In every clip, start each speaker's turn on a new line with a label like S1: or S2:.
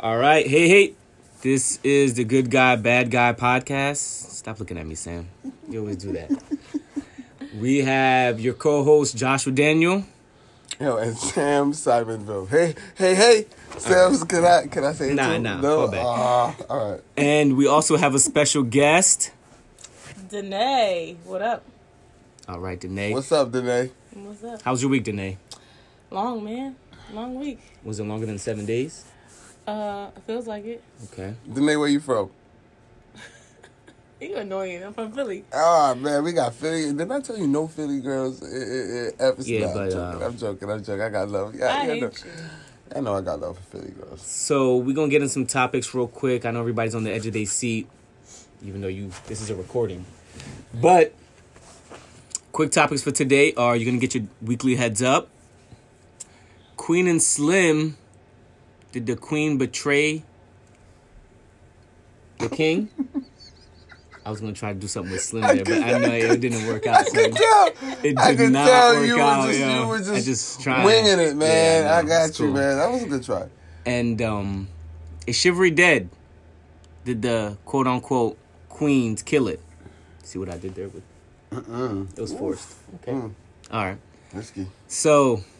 S1: All right, hey, hey. This is the Good Guy Bad Guy podcast. Stop looking at me, Sam. You always do that. we have your co-host Joshua Daniel.
S2: Yo, and Sam Simonville. Hey, hey, hey, Sam's. Can I can I say it
S1: Nah,
S2: too?
S1: nah,
S2: No,
S1: fall back.
S2: Ah, all right.
S1: And we also have a special guest.
S3: Danae, what up?
S1: All right, Danae.
S2: What's up, Danae?
S3: What's up?
S1: How's your week, Danae?
S3: Long man, long week.
S1: Was it longer than seven days?
S3: Uh, it feels like it.
S1: Okay.
S2: Danae, where you from?
S3: You annoying. I'm from Philly.
S2: Ah, man, we got Philly. Didn't I tell you no Philly girls? Eh, eh, eh, ever-
S1: Yeah,
S2: nah,
S1: but,
S2: I'm joking.
S1: uh,
S2: I'm joking. I'm joking. I got love. Yeah,
S3: I
S2: yeah,
S3: hate
S2: no.
S3: you.
S2: I know I got love for Philly girls.
S1: So we're gonna get in some topics real quick. I know everybody's on the edge of their seat, even though you this is a recording. But quick topics for today are you're gonna get your weekly heads up. Queen and Slim. Did the Queen betray the King? I was gonna try to do something with Slim there, but I know it didn't work out. so-
S2: Good job.
S1: It
S2: I
S1: did
S2: could
S1: not
S2: tell
S1: work
S2: you were
S1: out,
S2: just
S1: yo.
S2: you were
S1: I
S2: just,
S1: just tried.
S2: winging it, man.
S1: Yeah, I
S2: I,
S1: know.
S2: got
S1: It's
S2: you,
S1: cool.
S2: man. That was a good try.
S1: and um, is Chivalry dead? Did the quote unquote queens kill it? See what I did there with? It was forced. Okay. All right.
S2: Hmm, Risky.
S1: So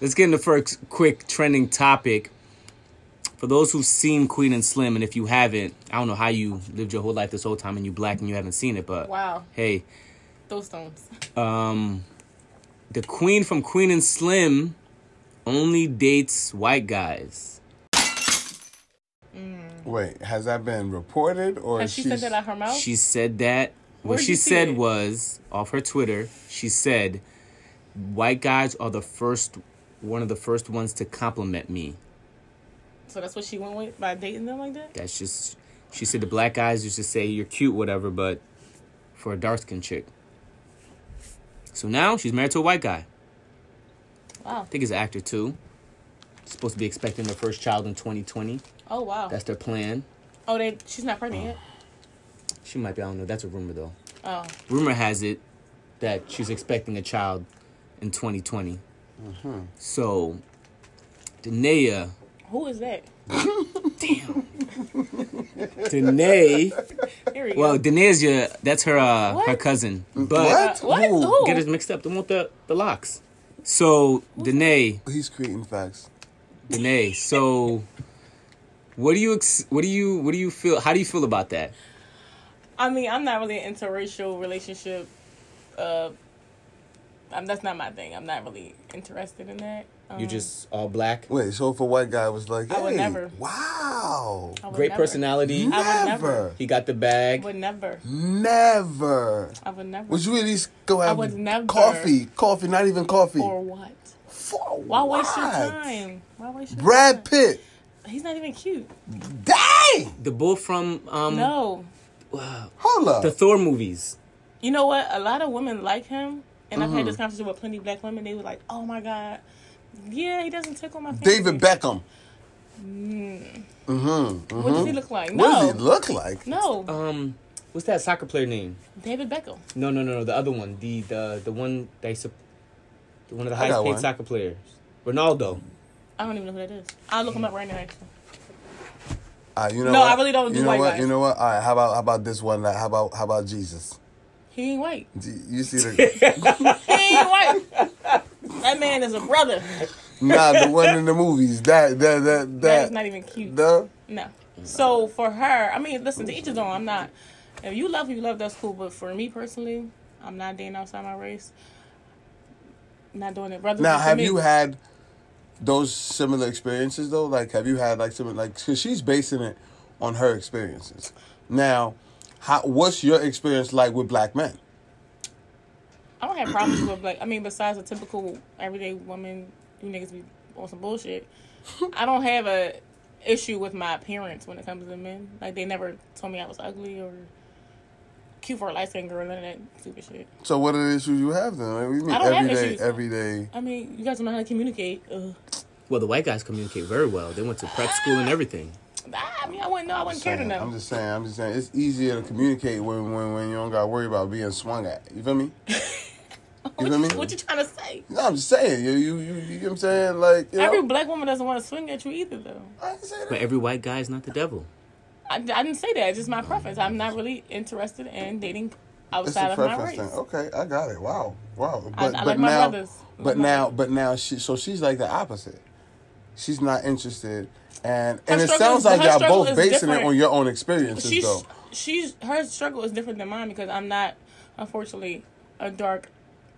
S1: let's get into first quick trending topic. For those who've seen Queen and Slim, and if you haven't, I don't know how you lived your whole life this whole time and you black and you haven't seen it, but
S3: Wow,
S1: hey,
S3: those stones.
S1: Um, the queen from Queen and Slim only dates white guys.
S2: Wait, has that been reported or
S3: Has she said
S2: she's-
S3: that out her mouth?
S1: She said that. What
S3: Where'd
S1: she
S3: Oh. you see
S1: said
S3: it?
S1: was off her Twitter. She said, "White guys are the first, one of the first ones to compliment me."
S3: so that's what she went with by dating them like that.
S1: That's just. She said the black guys used to say you're cute, whatever, but for a dark skinned chick. So now she's married to a white guy.
S3: Wow.
S1: I think he's an actor too. Supposed to be expecting their first child in 2020.
S3: Oh wow.
S1: That's their plan.
S3: oh, they. She's not pregnant yet.
S1: She might be. I don't know. That's a rumor though.
S3: Oh,
S1: rumor has it that she's expecting a child in 2020. So, Danae,
S3: who is that?
S1: Danae,
S3: Here we
S1: well,
S3: go.
S1: Danae's your that's her uh, her
S3: What?
S1: cousin,
S3: Uh,
S1: but
S2: What?
S3: what?
S2: Who?
S3: Who?
S1: get us mixed up. The one with the the locks. So, Danae,
S2: He's creating facts.
S1: Danae. So, what do you ex- what do you what do you feel? How do you feel about that?
S3: I mean, I'm not really an interracial relationship. Uh, um, that's not my thing. I'm not really interested in that. Um,
S1: You just all black,
S2: Wait, so if a white guy was like, hey,
S3: I would never.
S2: wow.
S3: I would
S1: great
S3: never.
S1: personality.
S3: I
S2: Never.
S3: would never.
S1: He got the bag.
S3: Would never.
S2: Never.
S3: I would never.
S2: Would you at least go have
S3: would never.
S2: coffee? Coffee, not even coffee.
S3: or what?
S2: For
S3: Why waste your
S2: what?
S3: time? Why waste your
S2: Brad Pitt.
S3: time? He's not even cute.
S2: Dang!
S1: The bull from
S2: Hmm.
S1: um
S3: No.
S2: Hold up.
S1: the Thor movies.
S3: You know what? A lot of women like him, and I've
S2: Hmm.
S3: had this conversation with plenty of black women. They were like, "Oh my god, yeah, he doesn't tickle my fancy."
S2: David Beckham.
S3: What does he look like?
S2: Hmm?
S3: No,
S2: What does he look like?
S3: no,
S1: Um, what's that soccer player name?
S3: David Beckham.
S1: No, no, no, no. The other one, the the the one they sup- the one of the
S2: I got
S1: highest paid
S2: one.
S1: soccer players, Ronaldo.
S3: I don't even know who that is. I'll look him up right now. Actually,
S2: Ah, you know
S3: No,
S2: what?
S3: I really don't do
S2: you know
S3: white
S2: what?
S3: guys.
S2: You know what? All right, how about how about this one? Like, how about how about Jesus?
S3: he ain't white.
S2: Do you see the
S3: He ain't white. that man is a brother.
S2: nah the one in the movies that that that
S3: That is
S2: that
S3: not even cute.
S2: the
S3: No. So for her, I mean, listen, to each his own. I'm not. If you love who you love, that's cool. But for me personally, I'm not dating outside my race. Not doing it, brother.
S2: Now, have
S3: me.
S2: you had those similar experiences though? Like, have you had like similar like? Cause she's basing it on her experiences. Now, how what's your experience like with black men?
S3: I don't have problems with like. I mean, besides a typical everyday woman, you niggas be on some bullshit. I don't have a issue with my appearance when it comes to men. Like they never told me I was ugly or cute for a light skinned girl, none of that stupid shit.
S2: So, what are the issues you have then? Like, what do you mean
S3: I don't have
S2: every day,
S3: issues.
S2: every day?
S3: I mean, you guys don't know how to communicate. Ugh.
S1: Well, the white guys communicate very well. They went to prep school and everything.
S3: Ah, I mean, I wouldn't know. I wouldn't care to
S2: saying,
S3: know.
S2: I'm just saying. I'm just saying. It's easier to communicate when when, when you don't got to worry about being swung at. You feel me? You
S3: what,
S2: feel me?
S3: you, what you trying to say?
S2: No, I'm just saying. You you you, you know what I'm saying? Like you know,
S3: Every black woman doesn't want to swing at you either, though.
S2: I ain't say
S1: But
S2: that.
S1: every white guy is not the devil.
S3: I, I didn't say that. It's just my preference. I'm not really interested in dating
S2: It's
S3: outside
S2: a
S3: of my
S2: preference Oh,
S3: race.
S2: thing. Okay, I got it. Wow, wow. But
S3: I
S2: but
S3: like my
S2: now,
S3: brothers.
S2: but
S3: My-
S2: now, but now, she so she's like the opposite. She's not interested, and and it sounds
S3: struggle is-
S2: like
S3: her
S2: y'all
S3: struggle
S2: both
S3: is
S2: basing it
S3: different.
S2: on your own experiences,
S3: She's
S2: though.
S3: she's her struggle is different than mine because I'm not, unfortunately, a dark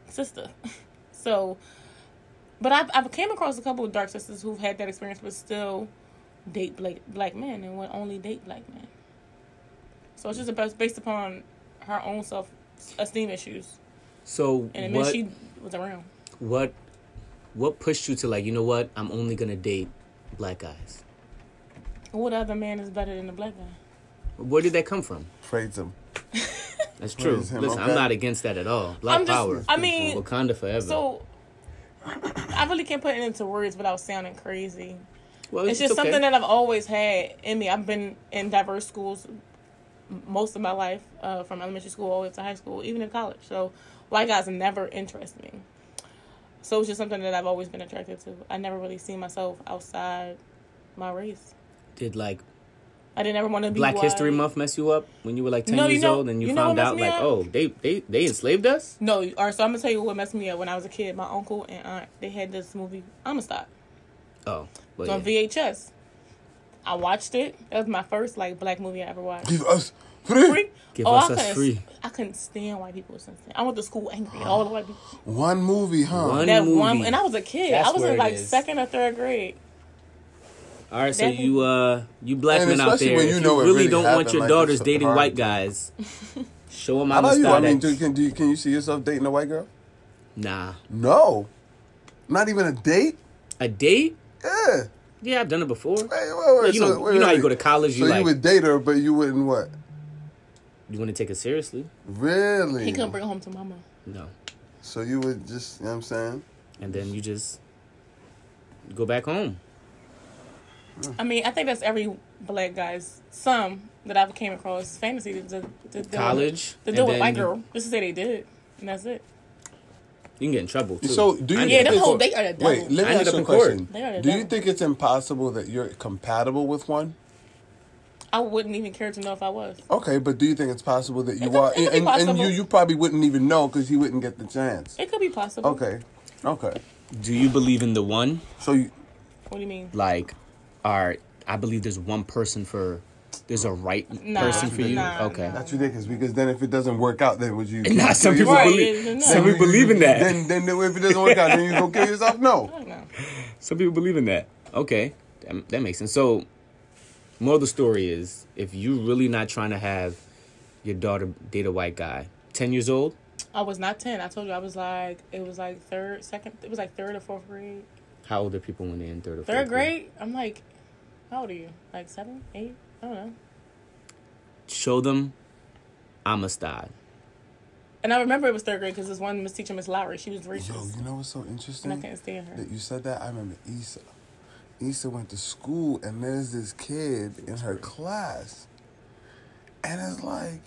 S3: sister. So, but I've I've came across a couple of dark sisters who've had that experience, but still date black black men and would only date black men. So it's just about based upon her own self esteem issues
S1: So
S3: and the
S1: what?
S3: minute she was around.
S1: what? What pushed you to like? You know what? I'm only gonna date black guys.
S3: What other man is better than the black man?
S1: Where did that come from?
S2: Praise him.
S1: That's true.
S2: Praise him,
S1: Listen,
S2: okay?
S1: I'm not against that at all. Black
S3: I'm just-
S1: power.
S3: I mean,
S1: Wakanda forever.
S3: So I really can't put it into words without sounding crazy.
S1: well,
S3: It's just
S1: okay.
S3: something that I've always had in me. I've been in diverse schools m- most of my life, uh, from elementary school all the way up to high school, even in college. So white guys never interest me. So it's just something that I've always been attracted to. I never really seen myself outside my race.
S1: did like
S3: I didn't ever want to be
S1: Black
S3: white.
S1: History Month mess you up when you were like ten
S3: E. No, you
S1: years
S3: know-
S1: old and you,
S3: you know
S1: found
S3: what messed
S1: out
S3: me
S1: like,
S3: up?
S1: oh, they they they enslaved us?
S3: No, all right. So I'm gonna tell you what messed me up when I was a kid. My uncle and aunt they had this movie Amistad.
S1: Oh, well,
S3: It's on
S1: yeah.
S3: VHS. I watched it. That was my first like black movie I ever watched.
S2: Give us free.
S3: Free?
S1: Give
S3: oh,
S1: us
S3: I
S1: us
S3: couldn't,
S1: free.
S3: I couldn't stand white people since then. I went to school angry at all the white people.
S2: One movie, huh?
S1: One-
S3: That one,
S1: movie.
S3: and I was a kid.
S1: That's
S3: I was
S1: where
S3: in
S1: it
S3: like
S1: is.
S3: second or third grade.
S1: All right, so
S3: Definitely.
S1: you uh, you black
S2: And
S1: men out
S2: especially
S1: there,
S2: when
S1: if
S2: you
S1: you
S2: know it
S1: really,
S2: really
S1: don't
S2: happened,
S1: want your
S2: like,
S1: daughters
S2: it's
S1: dating
S2: hard.
S1: white guys, show them
S2: How
S1: how
S2: about
S1: to
S2: you? I
S1: style
S2: mean,
S1: that.
S2: do, can do, you- can you see yourself dating a white girl?
S1: nah,
S2: No, not even a date.
S1: a date?
S2: Yeah.
S1: Yeah, I've done it before.
S2: Hey, wait, wait,
S1: You know- you know how you go to college, you
S2: so
S1: like-
S2: you would date her, but you wouldn't what?
S1: You want to take it seriously?
S2: Really?
S3: He couldn't bring it home to mama.
S1: No,
S2: So you would just, you know what I'm saying?
S1: and then you just go back home.
S3: I mean, I think that's every black guy's some that I've came across fantasy to, to, to deal
S1: College,
S3: with, to
S1: and
S3: deal with
S1: then
S3: white
S1: you-
S3: girl. Just to say they did, and that's it.
S1: You can get in trouble too.
S2: So do you?
S1: I
S3: Yeah,
S1: did.
S3: them
S2: think-
S3: whole- they are the
S2: Wait,
S3: devil.
S2: let
S1: I
S2: me
S1: ended
S2: ask
S1: up
S2: you a
S1: in court.
S2: question.
S3: They are the
S2: Do you
S3: devil.
S2: think it's impossible that you're compatible with one?
S3: I wouldn't even care to know if I was.
S2: Okay, but do you think it's possible that you
S3: could-
S2: are?
S3: it could be
S2: And, and you,
S3: possible.
S2: you probably wouldn't even know because you wouldn't get the chance.
S3: It could be possible.
S2: Okay, okay.
S1: Do you believe in the one?
S2: So you,
S3: What do you mean?
S1: Like, all right, I believe there's one person for. There's a right
S3: Nah,
S1: person for you.
S3: nah,
S1: okay.
S3: nah.
S2: that's ridiculous because then if it doesn't work out, then would you?
S1: Nah, some
S2: you-
S1: people
S3: Right, yeah,
S1: believe.
S3: no.
S1: Some people believe in that.
S2: Then, then if it doesn't work out, then you go kill yourself.
S3: I
S2: No.
S3: don't know.
S1: Some people believe in that. Okay, that, that makes sense. So, more of the story is if you're really not trying to have your daughter date a white guy, 10 years old,
S3: I was not ten. I told you I was like it was like third, second. It was like third or fourth grade.
S1: how old are people when they're in third or
S3: Third
S1: fourth
S3: grade. I'm like, how old are you? Like seven, eight? I don't know.
S1: Show them Amistad.
S3: And I remember it was third grade because this one Miss Teacher, Miss Lowry, she was
S2: Yo,
S3: racist,
S2: you know what's so interesting?
S3: and I can't stand her.
S2: that you said that, I remember Issa. Issa went to school, and there's this kid in her class, and it's like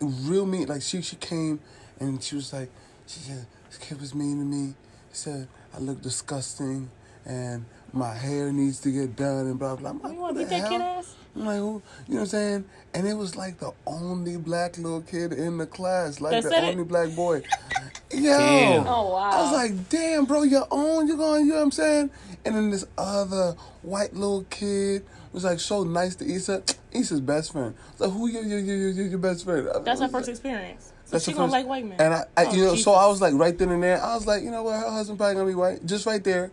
S2: real mean. Like she she came, and she was like, she said this kid was mean to me. She said I look disgusting, and my hair needs to get done, and blah blah. I'm like,
S3: You want
S2: "Who
S3: to beat
S2: the
S3: that kid
S2: hell?"
S3: ass?
S2: I'm like, who? You know what I'm saying? And it was like the only black little kid in the class, like
S3: That
S2: the
S3: said it.
S2: only black boy. Yo.
S1: Damn.
S3: Oh wow!
S2: I was like, damn, bro, you're on, you're going, you know what I'm saying? And then this other white little kid was like so nice to Issa. Issa's best friend. I was like, who your your your your, your best friend? I
S3: that's her
S2: was
S3: first
S2: like-
S3: experience. So
S2: That's
S3: she
S2: the
S3: gonna
S2: first-
S3: like white men.
S2: And I, I
S3: Oh,
S2: you know, so
S3: Jesus.
S2: I was like right then and there, I was like, you know what, her husband probably gonna be white. Just right there.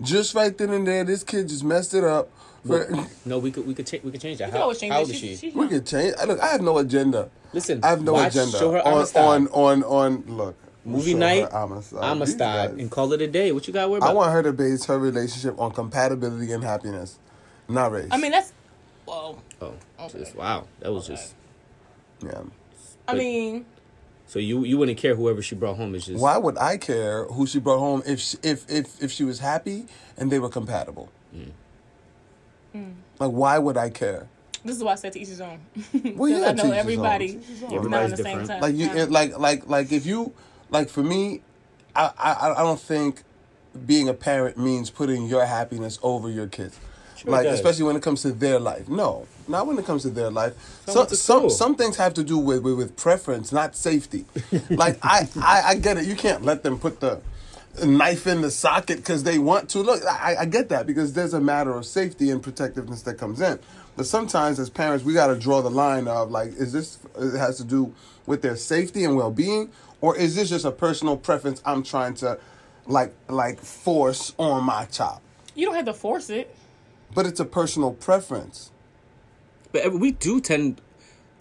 S2: Just right then and there, this kid just messed it up. For,
S1: No, we could we could change we could change that.
S3: You can
S1: How,
S3: always change
S1: how
S3: it.
S1: old is
S3: She-
S1: she?
S3: she-
S2: we could change. I- Look, I have no agenda.
S1: Listen,
S2: I have no
S1: watch-
S2: agenda.
S1: show her
S2: on,
S1: Amistad.
S2: on on on look.
S1: Movie
S2: show her
S1: night,
S2: Amistad. These
S1: Amistad,
S2: guys.
S1: and call it a day. What you got to worry about?
S2: I want her to base her relationship on compatibility and happiness, not race.
S3: I mean, that's. Whoa.
S1: oh,
S3: Okay.
S1: just- wow, that was just.
S2: yeah.
S3: I
S1: But-
S3: mean,
S1: So you you wouldn't care whoever she brought home is just.
S2: Why would I care who she brought home if she, if if if she was happy and they were compatible?
S3: Mm.
S2: Like, why would I care?
S3: This is why I said to each his own.
S2: Well,
S3: Because
S2: yeah, to
S3: I
S2: each his
S3: know
S2: own.
S3: everybody.
S2: To each his own.
S3: is not on
S1: Everybody's
S3: the same
S1: different.
S3: time.
S2: Like you,
S3: Yeah.
S2: it- like like like if you, like for me, I I I don't think being a parent means putting your happiness over your kids. like
S1: does.
S2: especially when it comes to their life. No, not when it comes to their life.
S1: went
S2: Some
S1: to
S2: some
S1: school.
S2: some things have to do with with, with preference, not safety. like I, I I get it. You can't let them put the knife in the socket because they want to. Look, I, I get that because there's a matter of safety and protectiveness that comes in. But sometimes as parents, we got to draw the line of like, is this it has to do with their safety and well being, or is this just a personal preference I'm trying to like like force on my child?
S3: You don't have to force it.
S2: But it's a personal preference.
S1: But every- we do tend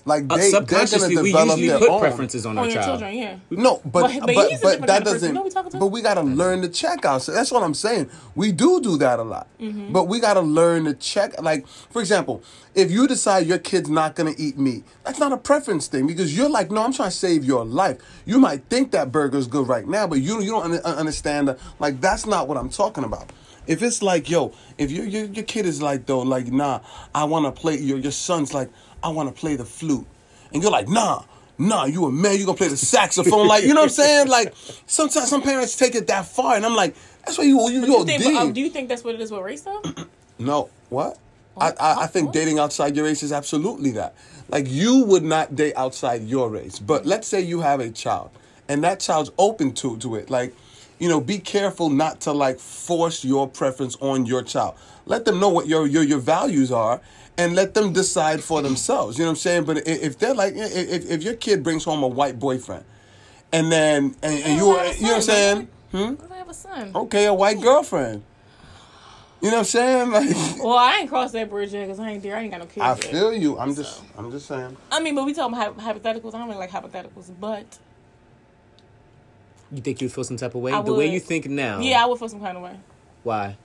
S2: Like
S1: uh,
S2: they, they're gonna
S1: subconsciously we
S2: develop
S1: usually
S2: their
S1: put
S2: own.
S1: preferences on,
S3: On
S1: our
S3: your
S1: child.
S3: children, yeah.
S2: No, but
S3: But-
S2: but
S3: but
S2: but,
S3: he's a different kind
S2: that
S3: of person.
S2: doesn't.
S3: You know we talking to?
S2: but we gotta learn to check ourselves. That's what I'm saying. We do do that a lot,
S3: Mm-hmm.
S2: but we gotta learn to check. Like for example, if you decide your kid's not gonna eat meat, that's not a preference thing because you're like, no, I'm trying to save your life. You might think that burger's good right now, but you you don't un- un- understand. That, like that's not what I'm talking about. If it's like, yo, if your your, your kid is like though, like nah, I wanna play. Your your son's like, I wanna play the flute, and you're like, nah nah, you a man, you gonna play the saxophone. like, you know what I'm saying? Like, sometimes some parents take it that far, and I'm like, that's why you, you,
S3: Do
S2: you
S3: you,
S2: a
S3: think, oh,
S2: dig.
S3: do you think that's what it is with race though?
S2: No, what? I, I, I think
S3: What?
S2: dating outside your race is absolutely that. Like, you would not date outside your race, but let's say you have a child, and that child's open to, to it. Like, you know, be careful not to like force your preference on your child. Let them know what your your, your values are, and let them decide for themselves. You know what I'm saying? But i- if they're like, i- if if your kid brings home a white boyfriend, and then and, and you
S3: What
S2: are,
S3: if
S2: you know what I'm saying? Hmm? Oh.
S3: I have a son.
S2: Okay, a white girlfriend. You know what I'm saying? Like,
S3: Well, I ain't crossed that bridge yet because I ain't there. I ain't got no kids.
S2: I
S3: yet.
S2: feel you. I'm just, I'm just saying.
S3: I mean, but we talking about hy- hypotheticals. I don't really like hypotheticals, but
S1: You think you would feel some type of way?
S3: I
S1: the way
S3: would.
S1: you think now.
S2: Oh.
S3: yeah, I would feel some kind of way.
S1: Why?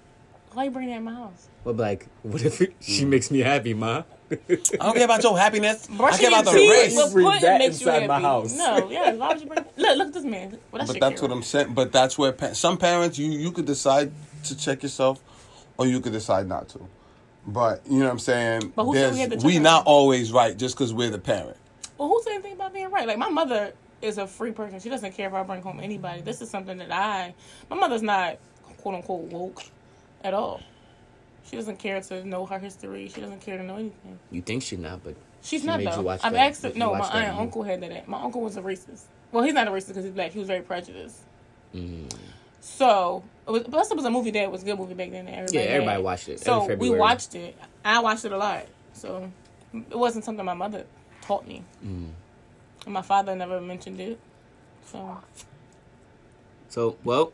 S3: Why you bring that in my house?
S1: But like, what if it, she
S2: Hmm.
S1: makes me happy, ma?
S2: I don't care about your happiness. I
S3: Brushing
S2: care about the
S3: your teeth
S2: race.
S3: with
S1: Bring
S3: pudding
S1: that
S3: makes you
S1: inside my
S3: happy.
S1: house.
S3: No, yeah. Why would you bring? Look, look at this man. Well, that's
S2: But
S3: your
S2: that's
S3: kid.
S2: what I'm saying. But that's where pa- some parents, you you could decide to check yourself, or you could decide not to. But you know what I'm saying.
S3: But who said
S2: There's-
S3: we had to
S2: we
S3: check
S2: not
S3: ourselves?
S2: always right just because we're the parent.
S3: Well, who said anything about being right? Like my mother is a free person. She doesn't care if I bring home anybody. This is something that I, my mother's not quote unquote woke at all. She doesn't care to know her history. She doesn't care to know anything.
S1: You think she not, but
S3: She's
S1: She
S3: not
S1: made you
S3: though.
S1: watch
S3: I've
S1: that-
S3: asked. her-
S1: made you
S3: No, my
S1: watch
S3: aunt
S1: that
S3: and
S1: movie.
S3: uncle had that. at- My uncle was a racist. Well, he's not a racist because he's black. He was very prejudiced.
S1: Mm.
S3: So it was, plus, it was a movie that was a good movie back then. that Everybody
S1: yeah, everybody
S3: had.
S1: watched it.
S3: So
S1: every
S3: we
S1: February.
S3: watched it. I watched it a lot. So it wasn't something my mother taught me.
S1: Mm.
S3: And my father never mentioned it. So
S1: So well,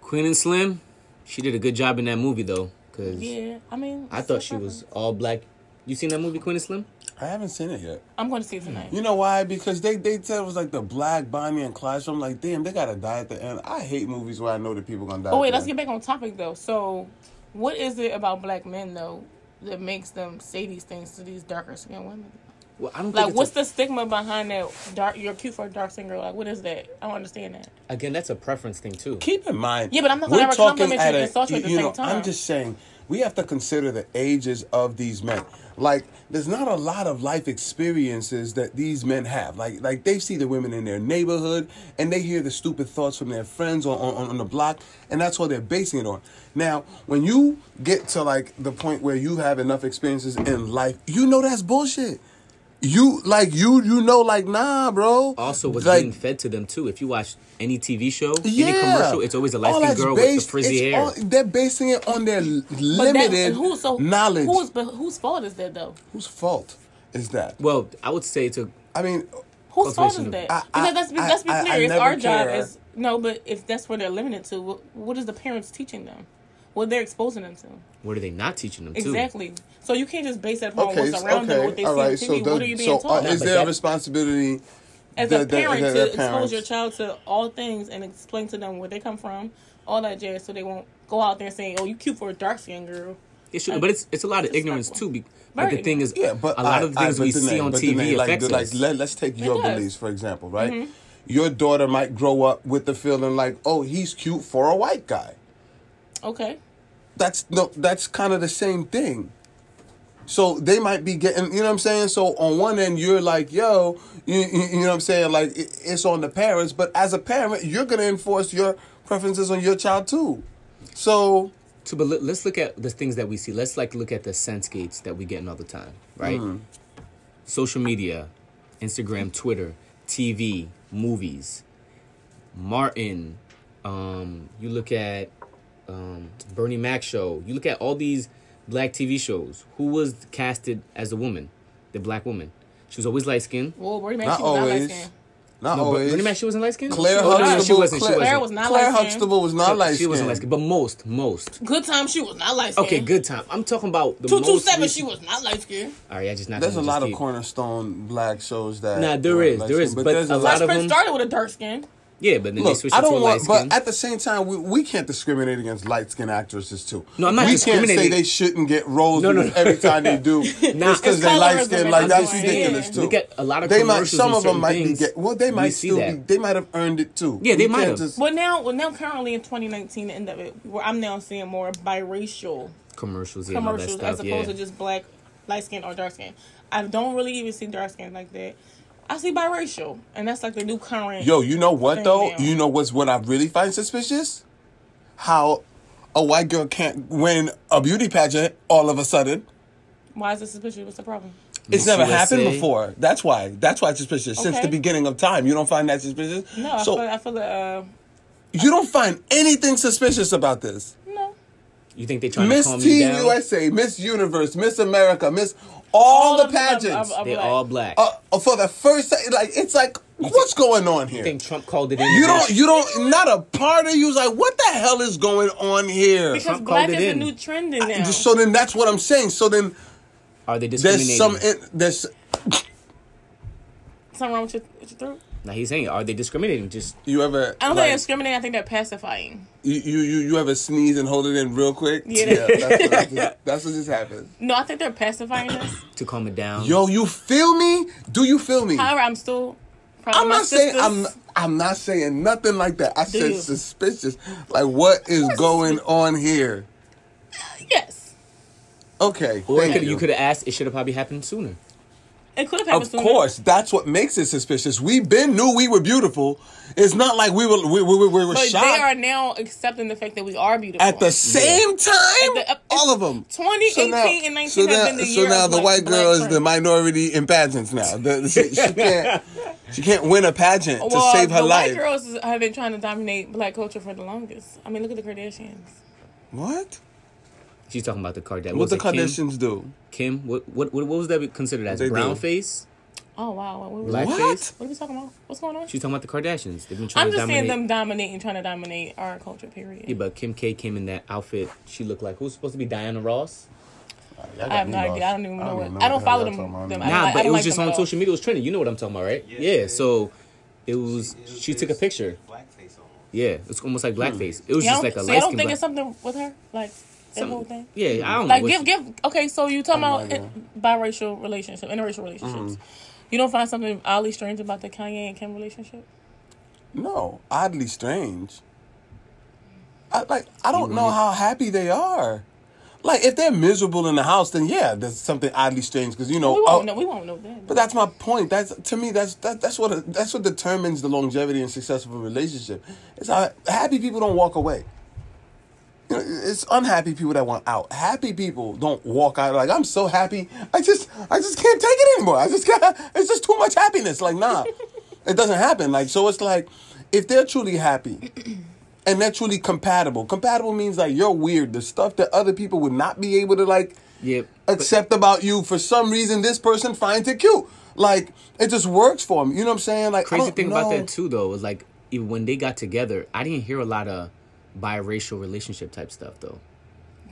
S1: Queen and Slim, she did a good job in that movie though, because
S3: yeah, I mean,
S1: I
S3: it's
S1: thought
S3: no
S1: she
S3: problem.
S1: was all black. You seen that movie Queen and Slim?
S2: I haven't seen it yet.
S3: I'm going to see it tonight.
S2: You know why? Because they they said it was like the black Bonnie and Clyde. So I'm like, damn, they gotta die at the end. I hate movies where I know that people gonna die.
S3: Oh
S2: at
S3: wait,
S2: the
S3: let's get
S2: end.
S3: back on topic though. So, what is it about black men though that makes them say these things to these darker skinned women?
S1: Well, I don't think
S3: Like,
S1: it's
S3: what's
S1: a-
S3: the stigma behind that? Dark, you're cute for a dark skin girl. Like, what is that? I don't understand that.
S1: again. That's a preference thing too.
S2: Keep in mind.
S3: Yeah, but I'm not gonna
S2: we're
S3: ever
S2: talking
S3: compliment you
S2: at
S3: and
S2: a-
S3: insult you at the same time.
S2: I'm just saying we have to consider the ages of these men. Like, there's not a lot of life experiences that these men have. Like, like they see the women in their neighborhood and they hear the stupid thoughts from their friends on on, on the block, and that's what they're basing it on. Now, when you get to like the point where you have enough experiences in life, you know that's bullshit. You like you you know like nah, bro.
S1: Also, what's
S2: like,
S1: being fed to them too. If you watch any TV show, any
S2: yeah.
S1: commercial, it's always a light
S2: All
S1: skinned
S2: that's
S1: girl with
S2: based-
S1: the frizzy
S2: it's
S1: hair.
S2: all- they're basing it on their l-
S3: But that-
S2: limited
S3: and who- so
S2: knowledge.
S3: Who's but whose fault is that though?
S2: Whose fault is that?
S1: well, I would say to
S2: I mean,
S3: Whose fault
S1: Cultivation
S3: is
S1: of-
S3: that?
S2: I- I-
S3: because let's be, let's be
S2: I- I-
S3: clear,
S2: I
S3: it's
S2: never
S3: our job.
S2: care.
S3: Is no, but if that's where they're limited to, wh- what is the parents teaching them? What they're exposing them to?
S1: what are they not teaching them to?
S3: Exactly. So you can't just base that upon
S2: okay,
S3: what's
S2: s-
S3: around them, what
S2: okay,
S3: they
S2: all
S3: see on
S2: right.
S3: TV.
S2: So,
S3: what are you
S2: does,
S3: being
S2: so uh,
S3: taught
S2: is
S1: but
S2: there
S1: that-
S2: a responsibility
S3: as
S2: the-
S3: a
S2: the-
S3: parent
S2: the-
S3: to
S2: the
S3: expose
S2: parents.
S3: your child to all things and explain to them where they come from, all that jazz, so they won't go out there saying, "Oh, you cute for a dark skinned girl."
S1: It should, but it's it's a lot of ignorance too. Be, but the
S3: Very
S1: thing is,
S2: Yeah, but
S1: a lot
S2: I-
S1: of the things
S2: I- but
S1: we
S2: the
S1: see
S2: name-
S1: on
S2: but the
S1: TV
S2: name, like,
S1: affects
S2: the- like,
S1: us.
S2: Let, let's take your
S3: does. Mm-hmm.
S2: beliefs for example, right? Your daughter might grow up with the feeling like, oh, he's cute for a white guy.
S3: Okay.
S2: that's no that's kind of the same thing. So they might be getting, you know what I'm saying? So on one end, you're like, yo, you, you, you know what I'm saying? Like, it, it's on the parents. But as a parent, you're going to enforce your preferences on your child too. So,
S1: So, but let- let's look at the things that we see. Let's like look at the sense gates that we get all the time, right?
S2: Hmm.
S1: Social media, Instagram, Twitter, TV, movies. Martin, um, you look at um, Bernie Mac show. You look at all these black TV shows. Who was casted as a woman, the black woman? She was always light skinned.
S3: Well, Bernie Mac,
S2: not
S3: she was not light
S2: always.
S3: skinned.
S2: Not always.
S1: Bernie Mac, she wasn't light skinned.
S2: Claire
S3: was not.
S2: Huxtable.
S1: She wasn't. She
S2: Claire,
S1: wasn't.
S3: Claire was not
S2: Claire
S3: light-skinned.
S2: Huxtable was not light
S1: she wasn't light skinned, but most, most.
S3: Good time, she was not light skinned.
S1: Okay, good time. I'm talking about the
S3: Two two
S1: most
S3: seven,
S1: recent-
S3: she was not light skinned.
S1: All right, I just not.
S2: There's a
S1: gonna
S2: lot
S1: just
S2: of
S1: keep-
S2: cornerstone black shows that.
S1: Nah, there
S2: were
S1: is, there
S2: light-skinned,
S1: is, but a lot
S3: Fresh
S1: of
S3: Prince
S1: them-
S3: started with a dark skin.
S1: Yeah, but then they
S2: Look,
S1: switch
S2: I
S1: it to
S2: don't
S1: light
S2: want,
S1: skin.
S2: but at the same time, we, we can't discriminate against light skinned actresses too.
S1: No, I'm not
S2: we
S1: discriminating.
S2: can't say they shouldn't get roles
S1: No, no,
S2: because
S1: no.
S2: every time they do,
S1: Nah.
S2: just because
S1: It's
S2: they light
S3: colorism
S2: skinned.
S3: at
S2: Like
S3: that
S2: that's
S3: point.
S2: ridiculous too.
S1: Look at a lot of
S2: they might.
S1: commercials
S2: Some
S1: and
S2: of them
S1: certain
S2: might
S1: things,
S2: be get. Well, they
S1: we
S2: might
S1: see
S2: still be.
S1: that.
S2: They might have earned it too.
S1: Yeah, they
S2: We
S1: might
S2: can't
S1: have.
S2: just-
S3: Well, now, well, now currently in 2019, the end of it, where I'm now seeing more biracial
S1: commercials, yeah, and all that
S3: commercials
S1: stuff.
S3: as opposed
S1: yeah.
S3: to just black, light skin or dark skin. I don't really even see dark skin like that. I see biracial, and that's like the new current.
S2: Yo, you know what
S3: Thank
S2: though?
S3: you.
S2: You know what's what I really find suspicious? How a white girl can't win a beauty pageant all of a sudden.
S3: Why is this suspicious? What's the problem?
S2: It's
S1: Miss
S2: never happened
S1: USA.
S2: before. That's why. That's why it's suspicious. Since
S3: Okay.
S2: the beginning of time, you don't find that suspicious.
S3: No, I
S2: so
S3: feel, I feel the uh,
S2: you don't find anything suspicious about this.
S3: no.
S1: you think they trying
S2: Miss
S1: to calm you
S2: Teen
S1: down?
S2: USA, Miss Universe, Miss America, Miss all,
S3: All
S2: the
S3: of them are-
S2: pageants.
S3: are- are-
S1: They
S3: Black.
S1: all black.
S2: uh, for the first time, like it's like what's going on here?
S1: you think Trump called it in?
S2: You don't. You don't. Not a part of you's like, what the hell is going on here?
S3: Because
S1: Trump
S3: black
S1: called it
S3: is
S1: in.
S3: the new trending now.
S2: Just- so then, that's what I'm saying. So then,
S1: Are they
S2: there's
S1: discriminating?
S2: some. in- There's.
S3: Something wrong with your, with your throat?
S1: now he's saying, are they discriminating? Just
S2: You ever?
S3: I don't
S2: like,
S3: think they're discriminating. I think they're pacifying.
S2: you, you you you ever sneeze and hold it in real quick?
S3: Yeah.
S2: that's, what I just, that's what just happened.
S3: No, I think they're pacifying us.
S1: to calm it down.
S2: Yo, you feel me? Do you feel me?
S3: However, I'm still. Probably
S2: I'm
S3: my
S2: not saying
S3: sisters-
S2: I'm. I'm not saying nothing like that. I said
S3: you?
S2: suspicious. Like what is going on here?
S3: Yes,
S2: Okay.
S1: or
S2: thank
S1: could,
S2: you.
S1: you could have asked. It should have probably happened sooner.
S3: it could have happened.
S2: Of
S3: sooner.
S2: course, that's what makes it suspicious. We been knew we were beautiful. It's not like we were we, we, we, we were
S3: but
S2: shocked.
S3: they are now accepting the fact that we are beautiful.
S2: At the same time,
S3: At the- up-
S2: all of them.
S3: 2018 and 19
S2: so
S3: have
S2: now,
S3: been the
S2: so
S3: year
S2: now
S3: of
S2: the
S3: black-
S2: white
S3: black
S2: girl is the
S3: trans.
S2: minority in pageants now. The- she, she can't, she can't win a pageant to save her
S3: the
S2: life.
S3: White girls is- have been trying to dominate black culture for the longest. I mean, look at the Kardashians.
S2: what?
S1: She's talking about the Kardashians. What
S2: What the
S1: was it, Kim?
S2: Kardashians do?
S1: Kim, what, what what what was that considered as?
S2: They do.
S1: Brown face?
S3: Oh wow, what, what,
S1: Black
S3: what?
S1: face?
S3: are we talking about? What's going on?
S1: She's talking about the Kardashians. They've been trying
S3: I'm
S1: to
S3: just
S1: dominate.
S3: saying them dominating, trying to dominate our culture. Period.
S1: Yeah, but Kim K came in that outfit. She looked like who's supposed to be Diana Ross?
S3: I have no idea. I don't even know what. I don't follow them. them. I
S1: Nah,
S3: don't,
S1: but it was
S3: like
S1: just
S3: them
S1: on
S3: at all.
S1: social media. It was trending. You know what I'm talking about, right? Yeah.
S4: Yeah.
S1: so it was.
S4: It was
S1: She took a
S4: just
S1: picture.
S4: Blackface almost.
S1: Yeah, it's almost like blackface. It was
S3: Yeah, I
S1: just like
S3: Hmm. don't-
S1: a
S3: so I
S1: light
S3: don't
S1: skin.
S3: think it's something with her, like that whole thing.
S1: Yeah, I don't
S3: Like
S1: know.
S3: give
S1: what-
S3: give. Okay, so you talking
S2: I have
S3: about
S2: no
S3: it- biracial relationship, interracial relationships. You don't find something oddly strange about the Kanye and Kim relationship?
S2: No, oddly strange. I like. I don't
S1: You
S2: know
S1: wanna-
S2: how happy they are. Like, if they're miserable in the house, then yeah, there's something oddly strange because you know.
S3: We
S2: oh,
S3: won't know. We won't know that.
S2: But that's my point. That's to me. That's that, that's what that's what determines the longevity and success of a relationship. It's how happy people don't walk away. You know, It's unhappy people that want out. Happy people don't walk out like I'm so happy. I just I just can't take it anymore. I just can't. It's just too much happiness. Like nah, it doesn't happen. Like so, it's like if they're truly happy. And they're truly compatible. Compatible means like you're weird. The stuff that other people would not be able to like
S1: Yeah, but-
S2: accept about you for some reason this person finds it cute like it just works for him you know what i'm saying like oh, I
S1: crazy
S2: don't
S1: thing about
S2: know.
S1: that too though is like even when they got together, I didn't hear a lot of biracial relationship type stuff though.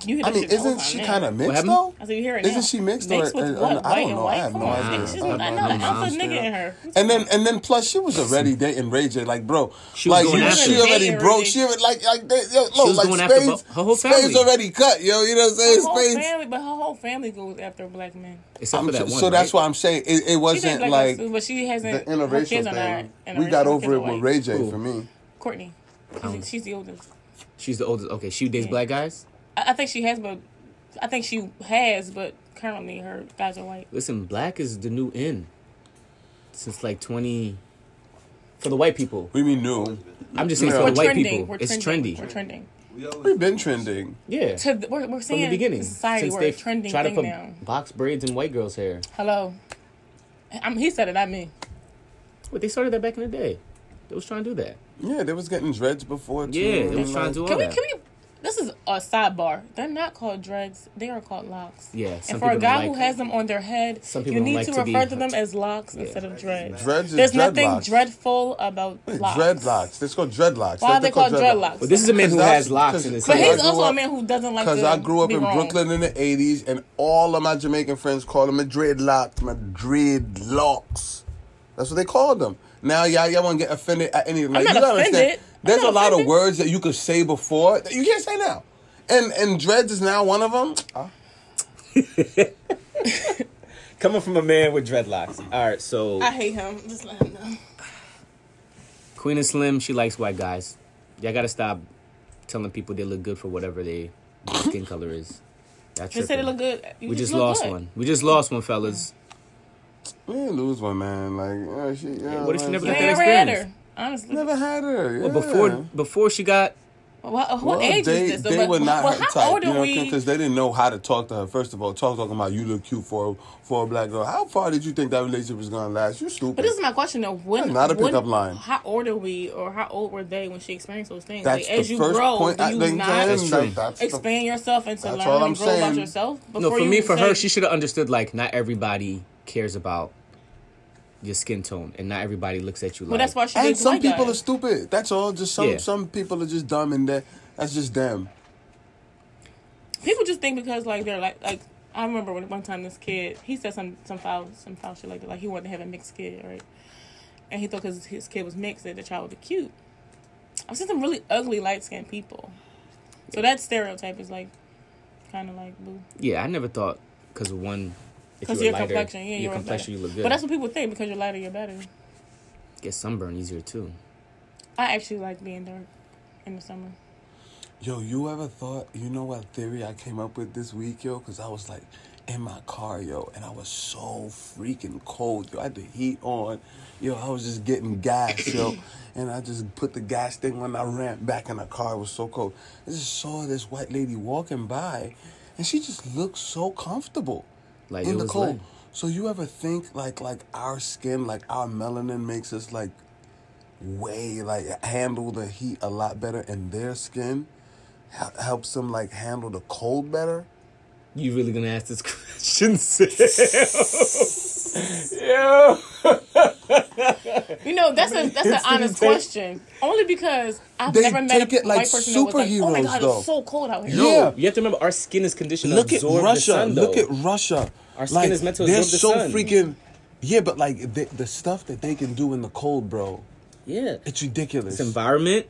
S3: you hear
S2: i
S3: that
S2: mean
S3: shit all the
S2: isn't
S3: time
S2: she
S3: now.
S2: kind of mixed
S1: happened?
S2: though
S3: I said you hear it
S2: isn't
S3: now.
S2: she mixed
S3: Mixed
S2: or,
S3: with
S2: or-
S3: what?
S2: i
S3: White
S2: don't
S3: and
S2: know
S3: white?
S2: i have
S3: Come
S2: no
S3: on.
S2: idea
S3: She's
S2: I don't
S3: not-
S2: know.
S3: no,
S2: I'm
S3: I'm
S2: not
S3: putting nigga in her.
S2: and then and then plus she was already dating Ray J like bro
S1: She was
S2: like
S1: going
S2: you-
S1: after
S2: she
S1: him.
S2: already
S3: Dating Ray
S2: broke
S3: J.
S2: she already like like they, yo, look,
S1: was
S2: like
S1: going after
S2: Spades,
S1: bo- her whole
S2: Spades
S1: family.
S2: already cut yo you know what I'm
S3: Her
S2: saying
S3: whole
S2: Spades
S3: family, but her whole family goes after black men.
S1: Except
S2: I'm
S1: for that
S2: su-
S1: one.
S2: so that's
S1: right?
S2: why I'm saying it, it
S3: She
S2: wasn't
S3: did
S2: like
S3: like, us, but she
S2: the
S3: hasn't. her
S2: interracial
S3: kids are not
S2: thing we got
S3: interracial. Her
S2: over
S3: kids
S2: it
S3: are
S2: with
S3: white.
S2: Ray J
S1: Who?
S2: for me
S1: Um,
S3: Courtney. She's, she's the oldest.
S1: she's the oldest. Okay, she dates
S3: Yeah.
S1: black guys.
S3: I, I think she has, but I think she has, but currently her guys are white.
S1: Listen, black is the new in. Since like twenty, for the white people.
S2: What do you mean new?
S1: I'm just saying
S2: Yeah.
S1: for
S3: We're
S1: the white
S3: trending.
S1: people.
S3: We're
S1: it's
S3: trending.
S1: trendy.
S3: We're trending.
S2: We've been trending.
S1: Yeah.
S3: To the, we're, we're seeing
S1: From the beginning,
S3: society
S1: since
S3: we're a
S1: they
S3: trending
S1: try to
S3: thing
S1: put
S3: now.
S1: box braids in white girls' hair.
S3: Hello. I mean, he said it, not me.
S1: But they started that back in the day. They was trying to do that. Mm-hmm.
S2: Yeah, they was getting dreads before. Too,
S1: Yeah, they
S2: and,
S1: was trying to do
S2: like,
S1: all
S3: Can we?
S1: that.
S3: Can we? This is a sidebar. They're not called dreads. They are called locks.
S1: Yeah, some
S3: And for
S1: people
S3: a
S1: don't
S3: guy who
S1: like-
S3: has them on their head,
S1: Some people
S3: you
S1: don't
S3: need
S1: like
S3: to
S1: to be-
S3: refer to them as locks instead of dreads.
S2: Dreads is
S3: There's nothing
S2: dreadlocks.
S3: dreadful about
S2: Wait,
S3: locks.
S2: dreadlocks. Let's go dreadlocks.
S3: Why are they called dreadlocks?
S1: But this is a man who
S2: Because
S1: has
S2: that's-
S1: locks in his
S3: But
S2: because
S1: hair.
S3: he's
S2: I grew
S3: also a
S2: up-
S3: man who doesn't like.
S2: Because
S3: Because
S2: I grew up
S3: be
S2: in
S3: wrong.
S2: Brooklyn in the 80s, and all of my Jamaican friends called them a dreadlock, my dreadlocks. That's what they called them. Now, y'all, y'all want to get offended at anything. Like,
S3: not
S2: you gotta
S3: offended.
S2: understand,
S3: I'm
S2: there's
S3: not
S2: a lot of
S3: offended.
S2: words that you could say before that you can't say now. And and dreads is now one of them.
S1: Coming from a man with dreadlocks. All right, so
S3: I hate him. Just let him know.
S1: Queen of Slim, she likes white guys. Y'all gotta stop telling people they look good for whatever they skin color is. That's
S3: Just say they look good. You
S1: We just
S3: look
S1: lost
S3: good.
S1: one. We just lost one, fellas.
S2: We didn't lose one, man. Like, yeah, she, yeah,
S1: what if she
S2: man,
S1: never
S3: You
S1: got
S3: ain't
S1: that
S3: never had her.
S1: experience.
S3: Honestly,
S2: Never had her.
S1: Well,
S2: yeah.
S1: before before she got
S3: what, what
S2: Well,
S3: age
S2: they,
S3: is this?
S2: They
S3: Well,
S2: were not
S3: well,
S2: her
S3: how
S2: type,
S3: old
S2: you
S3: are
S2: know,
S3: we?
S2: because they didn't know how to talk to her. First of all, talk talking about you look cute for a, for a black girl. How far did you think that relationship was gonna last? You stupid.
S3: But this is my question though. When
S2: That's not a
S3: when-
S2: pickup line.
S3: How old are we, or how old were they when she experienced those things?
S2: that's
S3: like, as
S2: the
S3: you
S2: first
S3: grow,
S2: point
S3: do
S2: I
S3: you
S2: think.
S3: not
S2: Jen,
S1: That's
S2: that-
S1: true.
S2: that's the-
S3: expand yourself and to
S2: That's
S3: learn
S2: all
S3: and
S2: I'm
S3: grow about
S2: saying.
S3: yourself?
S1: no for
S3: you
S1: me for her
S3: say-
S1: she should have understood like not everybody cares about your skin tone and not everybody looks at you like
S3: Well, that's why she.
S2: and
S3: dates
S2: some
S3: white
S2: people
S3: guys.
S2: are stupid. That's all. Just some
S1: Yeah.
S2: some people are just dumb, and that that's just them.
S3: people just think because like they're like like I remember when one time this kid he said some some foul some foul shit like that like he wanted to have a mixed kid right, and he thought because his kid was mixed that the child would be cute. I've seen some really ugly light skinned people, so that stereotype is like kind of like boo.
S1: Yeah, I never thought because one if
S3: Because
S1: you were
S3: your
S1: lighter,
S3: complexion, yeah,
S1: your
S3: you're
S1: complexion,
S3: better.
S1: you look good.
S3: But that's what people think because you're lighter, you're better.
S1: get sunburn easier too.
S3: I actually like being dark in the summer.
S2: Yo, you ever thought, you know what theory I came up with this week, yo? Because I was like in my car, yo, and I was so freaking cold, yo. I had the heat on, yo. I was just getting gas, yo. And I just put the gas thing on. I ran back in the car. It was so cold. I just saw this white lady walking by, and she just looked so comfortable
S1: Like it
S2: in the
S1: was
S2: cold.
S1: like-
S2: So you ever think like like our skin, like our melanin makes us like way like handle the heat a lot better and their skin hel- helps them like handle the cold better
S1: You really gonna ask this question, Sam? Yo,
S3: You know, that's a that's an honest
S1: They-
S3: question. Only because I've
S2: They
S3: never met
S2: take
S3: a
S2: it like
S3: white person that was like, "Oh my
S2: superheroes,
S3: god,
S2: though.
S3: it's so cold out here."
S2: Yeah.
S1: no, you have to remember our skin is conditioned to
S2: look at
S1: absorb
S2: russia
S1: the sun. Though.
S2: look at russia
S1: Our skin is meant to
S2: they're
S1: absorb the
S2: so
S1: sun.
S2: freaking yeah but like the, the stuff that they can do in the cold bro
S1: yeah,
S2: it's ridiculous
S1: it's environment.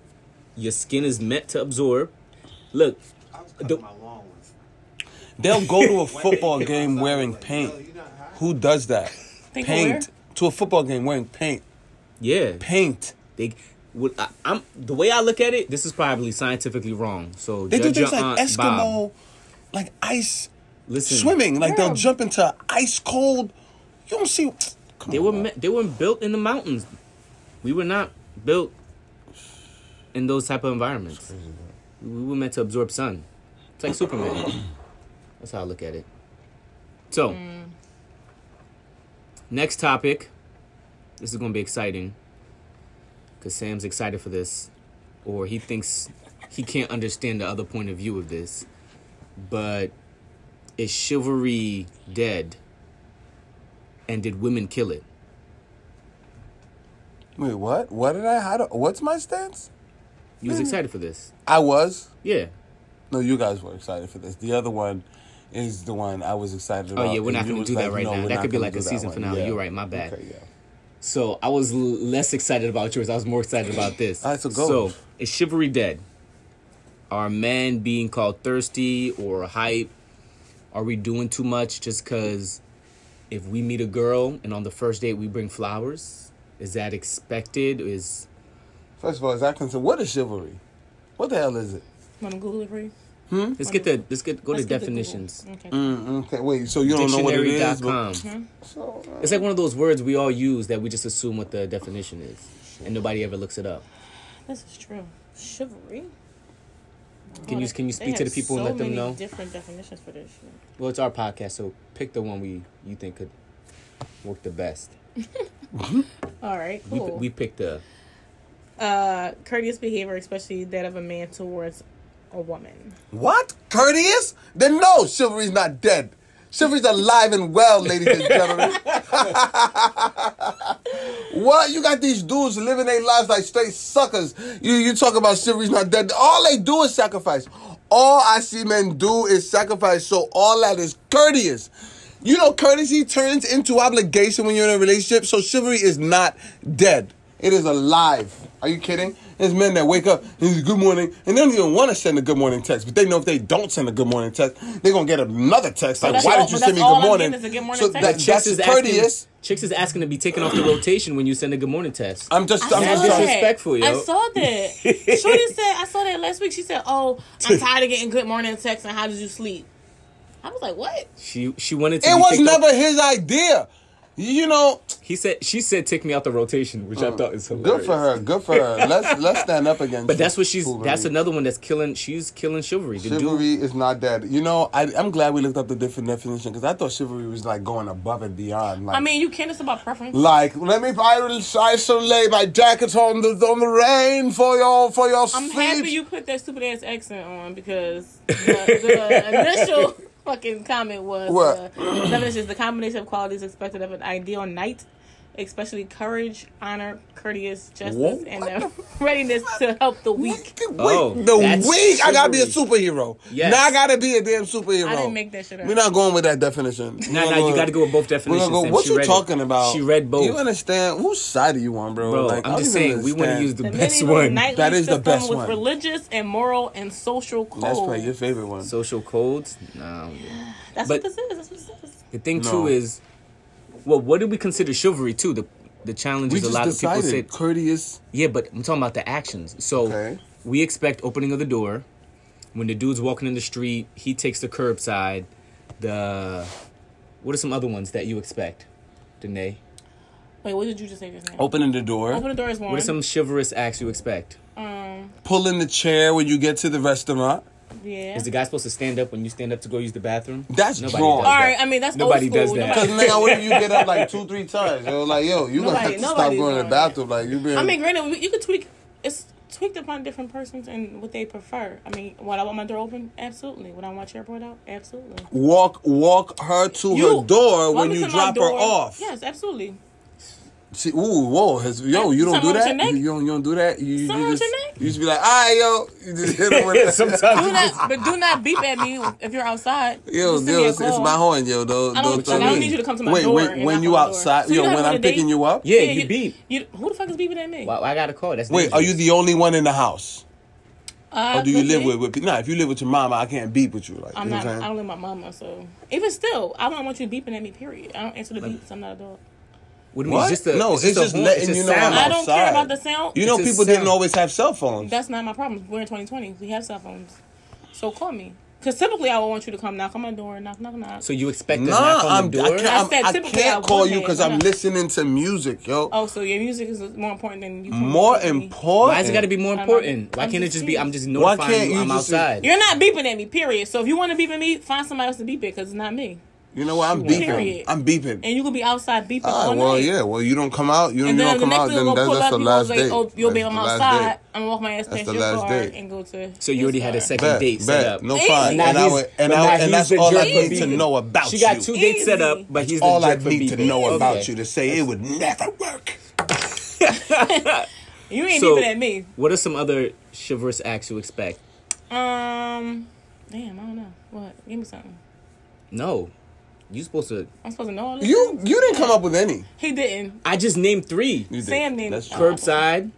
S1: Your skin is meant to absorb. Look,
S4: I was cutting
S1: The-
S4: my lawn once.
S2: they'll go to a football game wearing paint who does that
S3: Think
S2: paint to a football game wearing paint
S1: yeah,
S2: paint
S1: they. What I, I'm the way I look at it, this is probably scientifically wrong. So
S2: they do
S1: judge
S2: things
S1: your
S2: like
S1: Aunt Hmm. Bob.
S2: eskimo like ice
S1: Listen,
S2: swimming. Like
S3: Yeah.
S2: they'll jump into ice cold. You don't see. Come
S1: They
S2: on,
S1: were
S2: man.
S1: me- they were built in the mountains. We were not built in those type of environments. We were meant to absorb sun. It's like Superman. That's how I look at it. So, next topic. This is going to be exciting because Sam's excited for this, or he thinks he can't understand the other point of view of this. But is chivalry dead? And did women kill it?
S2: Wait, what? What did I? How do, What's my stance?
S1: You was excited for this.
S2: I was.
S1: Yeah.
S2: No, you guys were excited for this. The other one is the one I was excited
S1: Oh
S2: about.
S1: yeah, we're
S2: and
S1: not
S2: you
S1: gonna
S2: was
S1: do that
S2: like,
S1: right
S2: no,
S1: now.
S2: we're
S1: That
S2: not
S1: could be
S2: gonna
S1: like
S2: do
S1: a
S2: that
S1: season
S2: one.
S1: finale.
S2: Yeah.
S1: You're right, my bad.
S2: Okay, yeah.
S1: So I was l- less excited about yours. I was more excited about this.
S2: All right, so go.
S1: So is chivalry dead? Are men being called thirsty or hype? Are we doing too much just because if we meet a girl and on the first date we bring flowers? Is that expected? Is
S2: First of all, as I concerned, what is chivalry? What the hell is it?
S3: Want to Google it for you?
S1: Let's get the let's get go
S3: Let's
S1: to
S3: get the Google.
S1: definitions.
S3: Okay.
S2: Mm, okay, wait. So you don't know what it is?
S1: Dictionary.com.
S2: but- so,
S3: Mm-hmm.
S2: uh,
S1: It's like one of those words we all use that we just assume what the definition is, and nobody ever looks it up.
S3: This is true. Chivalry.
S1: Can you can you
S3: They
S1: speak to the
S3: have
S1: people and
S3: so
S1: let them
S3: many
S1: know?
S3: Different definitions for this shit.
S1: Well, it's our podcast, so pick the one we you think could work the best.
S3: All right,
S1: We,
S3: cool.
S1: we picked the
S3: uh, courteous behavior, especially that of a man towards a woman.
S2: what? Courteous? Then no, chivalry's not dead. Chivalry's alive and well, ladies and gentlemen. what? You got these dudes living their lives like straight suckers. You you talk about chivalry's not dead. All they do is sacrifice. All I see men do is sacrifice. So all that is courteous. You know, courtesy turns into obligation when you're in a relationship. So chivalry is not dead. It is alive. Are you kidding? There's men that wake up and it's good morning, and they don't even want to send a good morning text, but they know if they don't send a good morning text, they're gonna get another text like,
S3: that's
S2: "Why
S3: all-
S2: did you
S3: but
S2: send
S3: that's
S2: me
S3: all
S2: good
S3: I'm
S2: morning?"
S3: getting is a good morning
S2: so
S3: text.
S2: that,
S1: chicks
S2: that's
S1: is
S2: courteous.
S1: asking. Chicks is asking to be taken off the rotation when you send a good morning test.
S2: I'm just, I'm
S1: That's
S2: just
S1: saw that.
S2: trying.
S1: disrespectful, yo.
S3: I saw that. Shorty said, I saw that last week. She said, Oh, I'm tired of getting good morning texts and how did you sleep? I was like, What?
S1: She she wanted to.
S2: It
S1: be
S2: was
S1: picked up-
S2: never his idea. You know,
S1: He said she said take me out the rotation, which I thought is hilarious.
S2: Oh. good for her. Good for her. Let's let's stand up against.
S1: But that's what she's.
S2: foolery.
S1: That's another one that's killing. She's killing chivalry. The dude-
S2: Chivalry is not dead. You know, I, I'm glad we looked up the different definition because I thought chivalry was like going above and beyond. Like,
S3: I mean, you can't, it's about preference.
S2: like let me iris- isolate my jacket on the on the rain for your for your
S3: I'm
S2: sleep.
S3: happy you put that stupid ass accent on because the, the initial fucking comment was
S2: What?
S3: Uh, the definition is the combination of qualities expected of an ideal knight, especially courage, honor, courteous, justice,
S2: Whoa,
S3: and
S2: what
S3: the readiness to help the weak.
S2: Wait,
S1: Oh,
S2: the
S1: that's
S2: week I gotta be a superhero.
S1: Yes.
S2: Now I gotta be a damn superhero.
S3: I didn't make that shit up.
S2: We're not going with that
S1: Nah,
S2: definition. We're
S1: nah,
S2: gonna
S1: you got to go with both
S2: We're
S1: definitions.
S2: gonna go.
S1: and
S2: What
S1: she
S2: you
S1: read-
S2: talking about?
S1: She read both.
S2: You understand? Whose side are you on, bro?
S1: Bro,
S2: Like, I
S1: I'm just
S2: don't
S1: saying
S2: even
S1: we want to
S2: understand.
S1: use the,
S3: The
S1: best
S3: medieval
S1: one.
S3: Knightly
S2: That is the
S3: system
S2: best
S3: was
S2: one.
S3: religious and moral and social code.
S2: That's probably your favorite one.
S1: Social codes. Nah.
S3: That's
S1: But-
S3: what this is. That's what this is.
S1: The thing
S2: No.
S1: too is, well, what do we consider chivalry too? The the
S2: we
S1: challenges a
S2: just
S1: lot
S2: decided
S1: of people say.
S2: courteous.
S1: Yeah, but I'm talking about the actions. So
S2: Okay.
S1: we expect opening of the door. When the dude's walking in the street, he takes the curbside. The what are some other ones that you expect, Danae?
S3: Wait, what did you just say just now?
S2: Opening the door,
S3: Open the door is one.
S1: Oh, What are some chivalrous acts you expect?
S3: um,
S2: pulling the chair when you get to the restaurant.
S3: yeah.
S1: Is the guy supposed to stand up when you stand up to go use the bathroom?
S2: That's
S1: Nobody
S2: wrong.
S1: does
S3: All
S1: that.
S3: right, I mean that's
S1: Nobody
S3: old school.
S1: does that.
S2: Cause
S3: Nobody-
S2: now what if you get up like two, three times? Yo, like yo, you gonna have
S3: Nobody-
S2: to stop
S3: nobody's
S2: going to the
S3: doing that.
S2: bathroom. Like you been.
S3: I mean, granted, we- you could tweak. It's tweaked upon different persons and what they prefer. I mean, would I want my door open? Absolutely. Would I want your board out? Absolutely.
S2: walk walk her to
S3: You-
S2: her door
S3: Walk
S2: when
S3: into
S2: you
S3: my
S2: drop her
S3: door-
S2: off.
S3: Yes, absolutely.
S2: She, ooh, whoa, has, yo, you don't
S3: Something
S2: do
S3: wrong with
S2: that.
S3: your neck?
S2: You, you don't, you don't do that. You, you,
S3: Something wrong
S2: you
S3: with
S2: just
S3: your neck?
S2: you just be like, all right, yo. You just hit her with that.
S1: Sometimes
S3: Do not, but do not beep at me if you're outside.
S2: Yo,
S3: Just send
S2: yo,
S3: me a
S2: it's, it's
S3: call.
S2: my horn, yo. Though,
S3: I don't,
S2: throw
S3: like, I don't
S2: me.
S3: need you to come to my
S2: Wait,
S3: door
S2: when,
S3: and
S2: when
S3: knock
S2: you
S3: on my door.
S2: outside,
S3: So you
S2: yo,
S3: don't
S2: when
S3: have
S2: I'm
S3: to date.
S2: picking you up.
S1: Yeah, you beep.
S3: You, who the fuck is beeping at me?
S1: Why, why I got a call. That's
S2: Wait, are you
S1: dangerous.
S2: the only one in the house,
S3: Uh,
S2: or Oh, do you
S3: could
S2: live
S3: be.
S2: with with? pe- Nah, if you live with your mama, I can't beep with you. Like,
S3: I'm
S2: you know
S3: not.
S2: what I'm
S3: I
S2: saying?
S3: don't live with my mama, so even still, I don't want you beeping at me. Period. I don't answer the beeps. I'm not a dog.
S1: What do you mean?
S2: What?
S1: It's just a,
S2: no, it's
S1: a
S2: just
S1: horn.
S2: letting
S1: a
S2: you know I'm
S1: sound.
S3: I don't care
S2: outside.
S3: about the sound.
S2: You know,
S1: It's a
S2: people didn't
S1: sound.
S2: always have cell phones.
S3: That's not my problem. We're in 2020. We have cell phones, so call me. Because typically, I would want you to come knock on my door, knock, knock, knock.
S1: So you expect to knock
S2: Nah,
S1: on
S2: I'm,
S1: the door?
S2: I can't,
S3: I
S2: I'm,
S3: said
S2: I
S3: typically I
S2: can't call
S3: would
S2: you
S3: have,
S2: because
S3: but
S2: I'm
S3: no.
S2: listening to music, yo.
S3: oh, so your music is more important than you. coming
S2: More
S3: up to me.
S2: important.
S1: Why has it got to be more
S3: I'm not-
S1: important? Why
S3: I'm
S1: can't it
S3: just
S1: just be
S3: saying.
S1: I'm just
S2: Why
S1: notifying
S2: can't
S1: you,
S2: you
S1: I'm
S2: just-
S1: outside?
S3: You're not beeping at me. Period. So if you want to beep at me, find somebody else to beep it because it's not me.
S2: You know what? I'm
S1: Period.
S2: beeping. I'm beeping.
S3: And you could be outside beeping
S2: Ah,
S3: all
S2: well,
S3: night.
S2: yeah. Well, you don't come out. You, you
S3: And then
S2: don't
S3: the
S2: come
S3: next
S2: out.
S3: thing
S2: Then
S3: gonna
S2: that's,
S3: pull
S2: that's
S3: up,
S2: the
S3: you gonna
S2: last
S3: say,
S2: date.
S3: "Oh, you'll be
S2: That's
S3: on
S2: the
S3: my
S2: last
S3: side.
S2: date.
S3: I'm gonna walk my ass past
S2: the
S3: your
S2: last
S3: car
S2: date.
S3: and go to."
S1: so you already had a
S3: his car.
S1: second
S2: Bet,
S1: date set
S2: bet,
S1: up.
S2: no
S3: Easy.
S2: fine.
S3: Now
S2: And, I
S1: he's-
S2: would, and,
S1: but now
S2: I, would- and
S1: he's
S2: that's
S1: the
S2: all I
S1: jerk for
S2: need to
S1: beeping.
S2: know about
S1: She
S2: you.
S1: got two dates set up,
S3: Easy.
S1: but he's
S2: all
S1: the
S2: I
S1: jerk for
S2: need to
S1: beeping.
S2: know about
S1: Okay.
S2: you to say it would never work.
S3: You ain't
S1: So-
S3: beeping at me.
S1: What are some other chivalrous acts you expect?
S3: Um, damn, I don't know. What? Give me something.
S1: No, you supposed to.
S3: I'm supposed to know all this.
S2: You you didn't come up with any.
S3: He didn't.
S1: I just named three.
S2: You did.
S3: Sam named
S1: Oh.
S2: That's
S3: it.
S2: true.
S1: Curbside.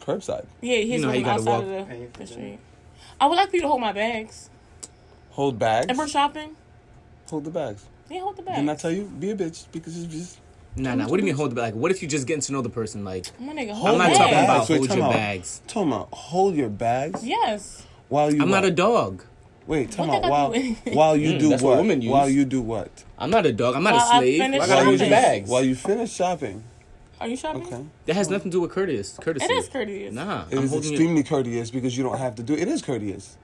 S2: curbside.
S3: Yeah, he's
S1: You know how you
S3: from
S1: gotta
S3: outside
S1: walk.
S3: of the, the street. I would like for you to hold my bags.
S2: Hold
S3: If we're
S2: bags.
S3: shopping,
S2: Hold the bags.
S3: yeah, hold the bags.
S2: Didn't I tell you? Be a bitch because it's just.
S1: Nah, nah. What do you mean hold the bag? Like, what if you just getting to know the person? Like,
S3: My nigga, hold
S1: I'm
S2: Hold
S1: not
S2: your
S3: bags.
S1: talking about
S2: bags. Wait,
S1: hold
S2: time
S1: your
S2: out.
S1: bags.
S2: Talking about hold your bags
S3: Yes.
S2: while you.
S1: I'm not a
S2: walk.
S1: dog.
S2: Wait, time
S3: What
S2: out.
S3: did I
S2: While
S3: do?
S2: while you
S1: Mm,
S2: do
S1: that's
S2: what?
S1: what women use.
S2: While you do what?
S1: I'm not a dog. I'm not
S3: Well,
S1: a
S3: I
S1: slave.
S3: finished
S1: I gotta use your
S3: shopping.
S1: bags.
S2: While you finish shopping.
S3: Are you shopping?
S2: Okay.
S1: That has nothing to do with courteous. Courtesy.
S3: It is courteous.
S1: Nah,
S2: It
S1: I'm
S2: is
S1: holding
S2: extremely courteous because you don't have to do it. Is courteous.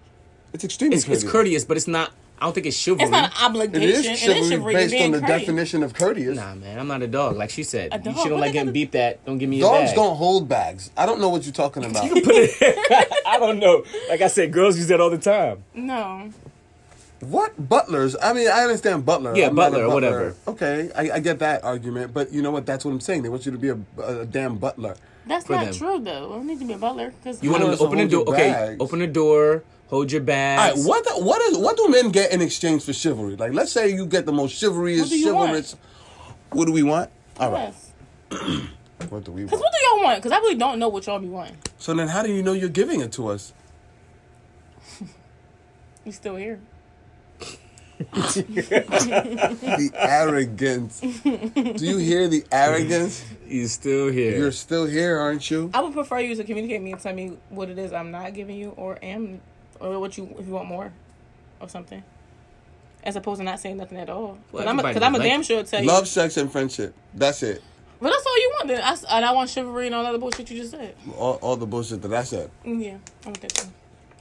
S2: It's extremely
S1: It's,
S2: courteous.
S1: it's courteous, but it's not. I don't think it's chivalry.
S3: It's not an obligation.
S2: It is
S3: It is
S2: chivalry
S3: chivalry.
S2: based
S3: being
S2: on the
S3: courteous.
S2: definition of courteous.
S1: nah, man. I'm not a dog. Like she said,
S3: A
S1: you
S3: dog?
S1: she don't
S3: What
S1: like
S3: they
S1: getting
S3: gotta-
S1: beeped at. Don't give me your
S2: Dogs
S1: bag.
S2: don't hold bags. I don't know what you're talking about.
S1: I don't know. Like I said, girls use that all the time.
S3: No.
S2: what butlers? I mean, I understand butler.
S1: Yeah,
S2: I'm not a
S1: butler, whatever.
S2: Okay, I, I get that argument, but you know what? That's what I'm saying. They want you to be a, a damn butler.
S3: That's
S1: For
S3: not
S1: them.
S3: true, though. I don't need to be a butler. Cause
S1: You want
S2: No,
S1: them to
S2: it's a
S1: open the
S2: hold
S1: door?
S2: your
S1: Okay,
S2: bags.
S1: open the door. Hold your
S2: All right,
S1: bags.
S2: what the, what is what do men get in exchange for chivalry? Like, let's say you get the most chivalrous,
S3: What do you want?
S2: chivalrous. What do we want? All right,
S3: Yes.
S2: what do we
S3: Because
S2: want?
S3: what do y'all want? Because I really don't know what y'all be wanting.
S2: So then, how do you know you're giving it to us?
S3: You still here.
S2: The arrogance. do you hear the arrogance?
S1: He's still here.
S2: You're still here, aren't you?
S3: I would prefer you to communicate me and tell me what it is I'm not giving you or am, or what you if you want more, or something, as opposed to not saying nothing at all.
S1: Well,
S3: Because I'm, a,
S1: everybody
S3: 'cause I'm a
S1: like-
S3: damn sure tell you.
S2: Love, sex, and friendship. That's it.
S3: But that's all you want. Then I, s- and I want chivalry and all that other bullshit you just said.
S2: All, all the bullshit that I said.
S3: Mm, Yeah, I want that too.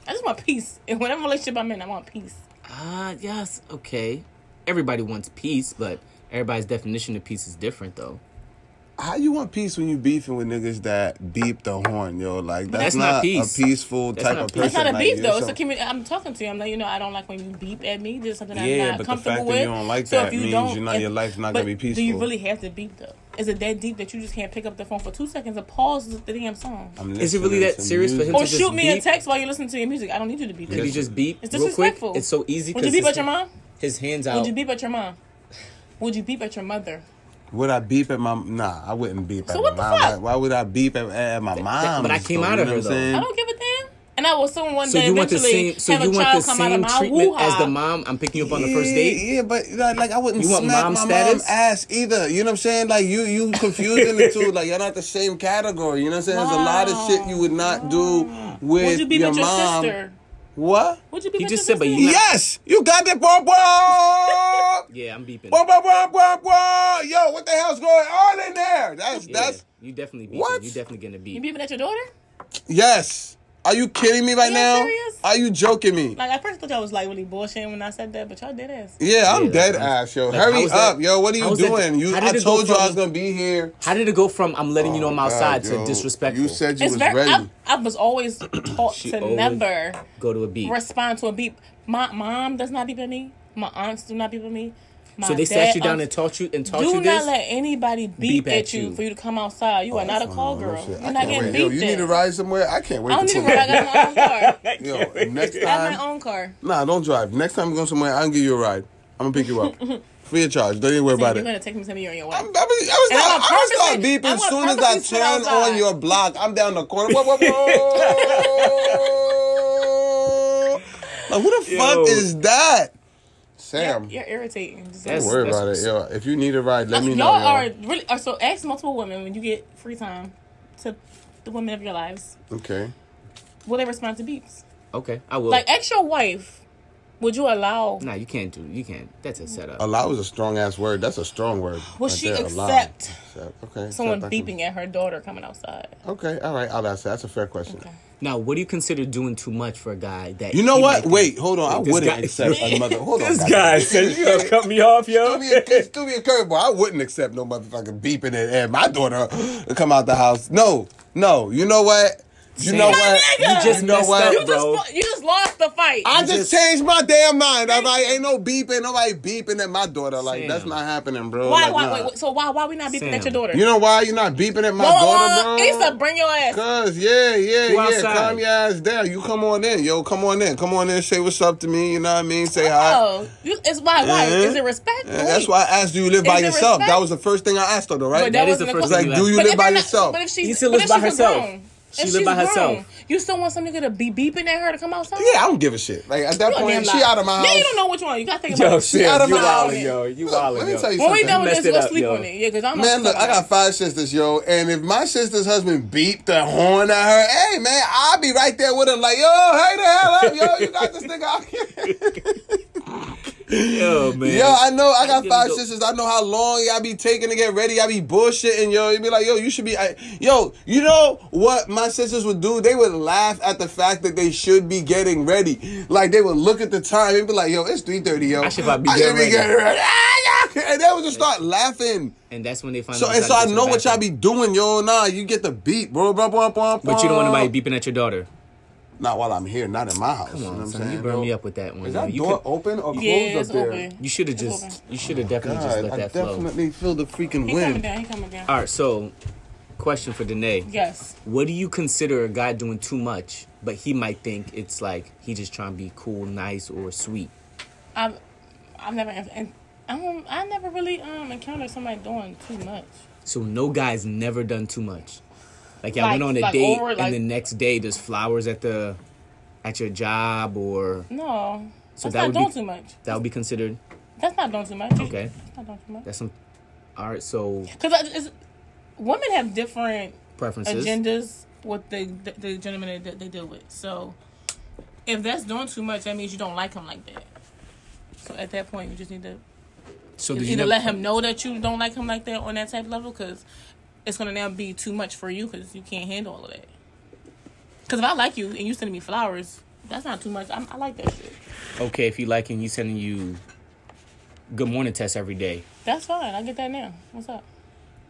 S3: I just want peace. In whatever relationship I'm in, I want peace.
S1: Ah, yes, okay. Everybody wants peace, but everybody's definition of peace is different, though.
S2: How you want peace when you beefing with niggas that beep the horn, yo? Like that's,
S1: That's not peace.
S2: a peaceful
S1: That's
S2: type
S1: not
S2: of
S1: peace.
S2: person.
S3: It's not a
S2: like
S3: beef
S2: you.
S3: though. It's
S2: So-
S3: a community. I'm talking to you. I'm like, you know, I don't like when you beep at me. This is something
S2: Yeah,
S3: I'm not
S2: but the
S3: comfortable
S2: fact that you
S3: with.
S2: don't like that means you're not-
S3: if-
S2: your life not
S3: but
S2: gonna be
S3: Do you
S2: peaceful.
S3: really have to beep though? Is it that deep that you just can't pick up the phone for two seconds and pause the damn song,
S2: I'm
S1: Is it really
S2: listening
S1: that
S2: to
S1: serious for him
S3: or
S1: to just
S3: shoot me a
S1: beep?
S3: text while you're listening to your music? I don't need you to beep.
S1: Could
S3: at
S1: he
S3: me.
S1: just beep
S3: It's
S1: real quick?
S3: disrespectful.
S1: It's so easy.
S3: Would you
S1: 'cause
S3: beep
S1: his-
S3: at your mom?
S1: His hands out.
S3: Would you beep at your mom? Would you beep at your mother?
S2: Would I beep at my? Nah, I wouldn't beep at my
S3: So what the
S2: mom.
S3: fuck?
S2: Why, why would I beep at, at my mom?
S1: but I came out of her, though.
S3: I don't give a damn. And I will soon one
S1: so
S3: day
S1: you want the
S3: eventually
S1: same? So
S3: have
S1: you
S3: a
S1: want the
S3: child come out of
S1: same
S3: my
S1: treatment as the
S3: woo-ha.
S1: mom? I'm picking you up on the first
S2: yeah,
S1: date.
S2: Yeah, but like, like I wouldn't
S1: You want
S2: smack
S1: mom
S2: my
S1: status?
S2: mom's ass either. You know what I'm saying? Like you, you confusing the two. Like you're not the same category. You know what I'm saying? There's a lot of shit you would not do with
S3: Would you beep
S2: your,
S3: at your
S2: mom.
S3: sister?
S2: What?
S3: Would you beep
S1: He
S3: at
S1: just
S3: your
S1: said, but
S3: sister?
S1: you not-
S2: Yes, you got that, bro, bro.
S1: Yeah, I'm beeping.
S2: Bro, bro, bro, bro, bro. Yo, what the hell's going on in there? That's
S1: Yeah,
S2: that's
S1: you definitely beeping.
S2: What?
S1: You definitely getting a beep.
S3: You beeping at your daughter?
S2: yes. Are you kidding me right
S3: you
S2: now?
S3: serious?
S2: Are you joking me?
S3: Like at first thought y'all was like really bullshitting when I said that, but y'all did ass.
S2: Yeah, I'm
S1: Yeah,
S2: dead
S1: I'm-
S2: ass, yo.
S1: like, how
S2: Hurry
S1: was that-
S2: up, yo. What are
S1: how
S2: you
S1: was that-
S2: doing? you,
S1: how did
S2: I
S1: it go
S2: told you I
S1: from-
S2: was gonna be here.
S1: How did it go from I'm letting you know I'm
S2: Oh, God,
S1: outside
S2: yo.
S1: to disrespectful?
S2: You said you
S3: It's
S2: was
S3: very.
S2: ready.
S3: I, I was always taught to
S1: always-
S3: never
S1: go to a beat.
S3: respond to a beep. My mom does not beep at me. My aunts do not beep at me. My
S1: So they
S3: dad,
S1: sat you down
S3: aunts-
S1: and taught you and taught
S3: Do
S1: you
S3: not
S1: this.
S3: let anybody beep, at, you, for you to come outside. You are not a call girl.
S2: shit. Oh, I
S3: You're not
S2: can't
S3: getting
S2: wait. Yo,
S3: beeped.
S2: you need to
S3: at.
S2: ride somewhere. I can't wait.
S3: I don't need
S2: to
S3: to ride. I got my own car.
S2: Yo, next
S3: I have
S2: time,
S3: my own car.
S2: nah, don't drive. Next time I'm going somewhere, I'll give you a ride. I'm gonna pick you up, free of charge. Don't even worry about
S3: You're
S2: it.
S3: gonna take me to me on your way.
S2: I'm, I'm, I was
S3: And I'm
S2: not, I was not
S3: purposely-
S2: beeping
S3: I'm
S2: as soon as I
S3: purposely put
S2: turn
S3: outside.
S2: on your block. I'm down the corner. Whoa, whoa, whoa. like, who the
S1: Yo.
S2: fuck is that? Sam.
S3: You're irritating. Just
S1: That's-
S2: Don't worry about it, yo. If you need a ride, let me know.
S3: y'all
S2: yo.
S3: are really are so ask multiple women when you get free time to the women of your lives.
S2: Okay.
S3: Will they respond to beeps?
S1: Okay, I will.
S3: Like ask your wife, would you allow
S1: nah, you can't do. You can't. That's a setup.
S2: Allow is a strong ass word. That's a strong word.
S3: Will
S2: right
S3: she
S2: there, allow.
S3: accept
S2: Accept. Okay.
S3: someone
S2: accept, I can-
S3: beeping at her daughter coming outside?
S2: Okay. All right. I'll ask that. That's a fair question.
S1: Now, what do you consider doing too much for a guy that
S2: You know
S1: he
S2: what?
S1: might-
S2: Wait. Hold on. I
S1: This
S2: wouldn't
S1: guy-
S2: accept a mother. Hold on.
S1: This
S2: goddamn.
S1: guy said you gonna cut me off,
S2: Do
S1: yo.
S2: me a kiss, do me a curveball. I wouldn't accept no motherfucking beeping at, at my daughter to come out the house. No, no. You know what? You
S1: Sam,
S2: know what?
S3: you
S1: just
S2: know
S1: messed
S2: what,
S1: up,
S3: You just
S1: Bro.
S3: fu- you just lost the fight.
S2: I
S1: You just-
S2: just, changed my damn mind. I'm like, ain't no beeping, nobody beeping at my daughter. Like
S1: Sam.
S2: that's not happening, bro.
S3: why
S2: Like,
S3: why
S2: nah.
S3: wait, wait, so why why we not beeping
S1: Sam.
S3: at your daughter?
S2: You know why you're not beeping at my
S3: Whoa, whoa,
S2: daughter,
S3: whoa,
S2: bro?
S3: Issa, bring your ass.
S2: Cause yeah, yeah,
S1: Go
S2: yeah.
S1: outside.
S2: Calm your ass down. You come on in, yo. Come on in. Come on in. Say what's up to me. You know what I mean? Say hi.
S3: Oh, you, it's why why
S2: Uh-huh.
S3: is it respect?
S2: And that's why I asked, do you live by
S3: Is it
S2: yourself?
S3: respect?
S2: That was the first thing I asked her, though, right?
S3: But that
S1: That is the
S3: wasn't a
S1: first
S2: It's like,
S3: question.
S1: thing
S2: do you
S3: But
S2: live
S3: if
S2: by
S3: they're not-
S2: yourself?
S3: But if she's
S1: Issa
S3: but
S1: lives
S3: if
S1: by
S3: she's a
S1: herself.
S3: grown-
S1: She
S3: And
S1: lived by
S3: she's
S1: herself.
S3: grown. You still want some nigga to be beeping at her to come outside?
S2: Yeah, I don't give a shit. Like at that
S3: You a damn
S2: point, she
S3: liar.
S2: out of my house.
S3: Yeah, you don't know which one. You gotta think about
S1: Yo,
S3: it.
S1: Sim, you
S2: out of my
S1: wildin',
S3: element.
S1: yo. You
S2: Look,
S1: wildin',
S2: let me
S1: yo.
S2: tell you
S3: When we
S2: something.
S3: done with
S1: messed
S3: this,
S1: it
S3: we'll
S1: up,
S3: sleep
S1: yo.
S3: on it. Yeah, because I'm
S2: Man, look, I got five sisters, yo, and if my sister's husband beat the horn at her, hey man, I'll be right there with him, like, yo, hey the hell up, yo, you got this nigga out here.
S1: Yo, man.
S2: Yo, I know I got
S1: give
S2: five
S1: you-
S2: sisters. I know how long y'all be taking to get ready. Y'all be bullshitting, yo. You be like, yo, you should be, I, yo, you know what my sisters would do? They would laugh at the fact that they should be getting ready. Like they would look at the time and be like, yo, it's three thirty, yo.
S1: I should about be getting ready.
S2: Ah, yeah. And they would just start laughing.
S1: and that's when they find
S2: So
S1: out.
S2: and so, I
S1: gotta go to
S2: know
S1: the
S2: what y'all
S1: bathroom.
S2: be doing, yo. Nah, you get the beat, bro. Blah, blah, blah, blah.
S1: But you don't want nobody beeping at your daughter.
S2: Not while I'm here, not in my house.
S1: Come
S2: you know what
S1: on,
S2: I'm
S1: son.
S2: saying?
S1: You burned
S2: bro?
S1: me up with that one.
S2: Is
S1: yo.
S2: that
S1: you
S2: door
S1: could-
S2: open or closed
S3: Yeah,
S2: up
S3: it's
S2: there?
S3: open.
S1: You should have
S3: It's
S1: just.
S3: open.
S1: You should have definitely just
S2: God,
S1: let
S2: I
S1: that flow.
S2: definitely feel the freaking
S3: He coming
S2: wind.
S3: down. He coming down.
S1: All right. So, question for Danae.
S3: Yes.
S1: What do you consider a guy doing too much, but he might think it's like he just trying to be cool, nice, or sweet?
S3: I've I've never and I don't I never really um encountered somebody doing too much.
S1: So no guy's never done too much. Like y'all
S3: Like-
S1: went on a
S3: like
S1: date,
S3: over, like-
S1: and the next day there's flowers at the, at your job, or
S3: No.
S1: So
S3: that's
S1: that
S3: not
S1: would be-
S3: doing too much.
S1: that would be considered.
S3: That's not doing too much.
S1: Okay.
S3: That's not doing too much.
S1: That's some. All right. So
S3: Because women have different
S1: preferences.
S3: agendas with the the, the gentleman that they deal with. So if that's doing too much, that means you don't like him like that. So at that point, you just need to
S1: So did
S3: either
S1: you never,
S3: let him know that you don't like him like that on that type level, because it's gonna now be too much for you because you can't handle all of that. Because if I like you and you sending me flowers, that's not too much. I'm, I like that shit.
S1: Okay, if you like him, he's sending you good morning tests every day.
S3: That's fine. I get that now. What's up?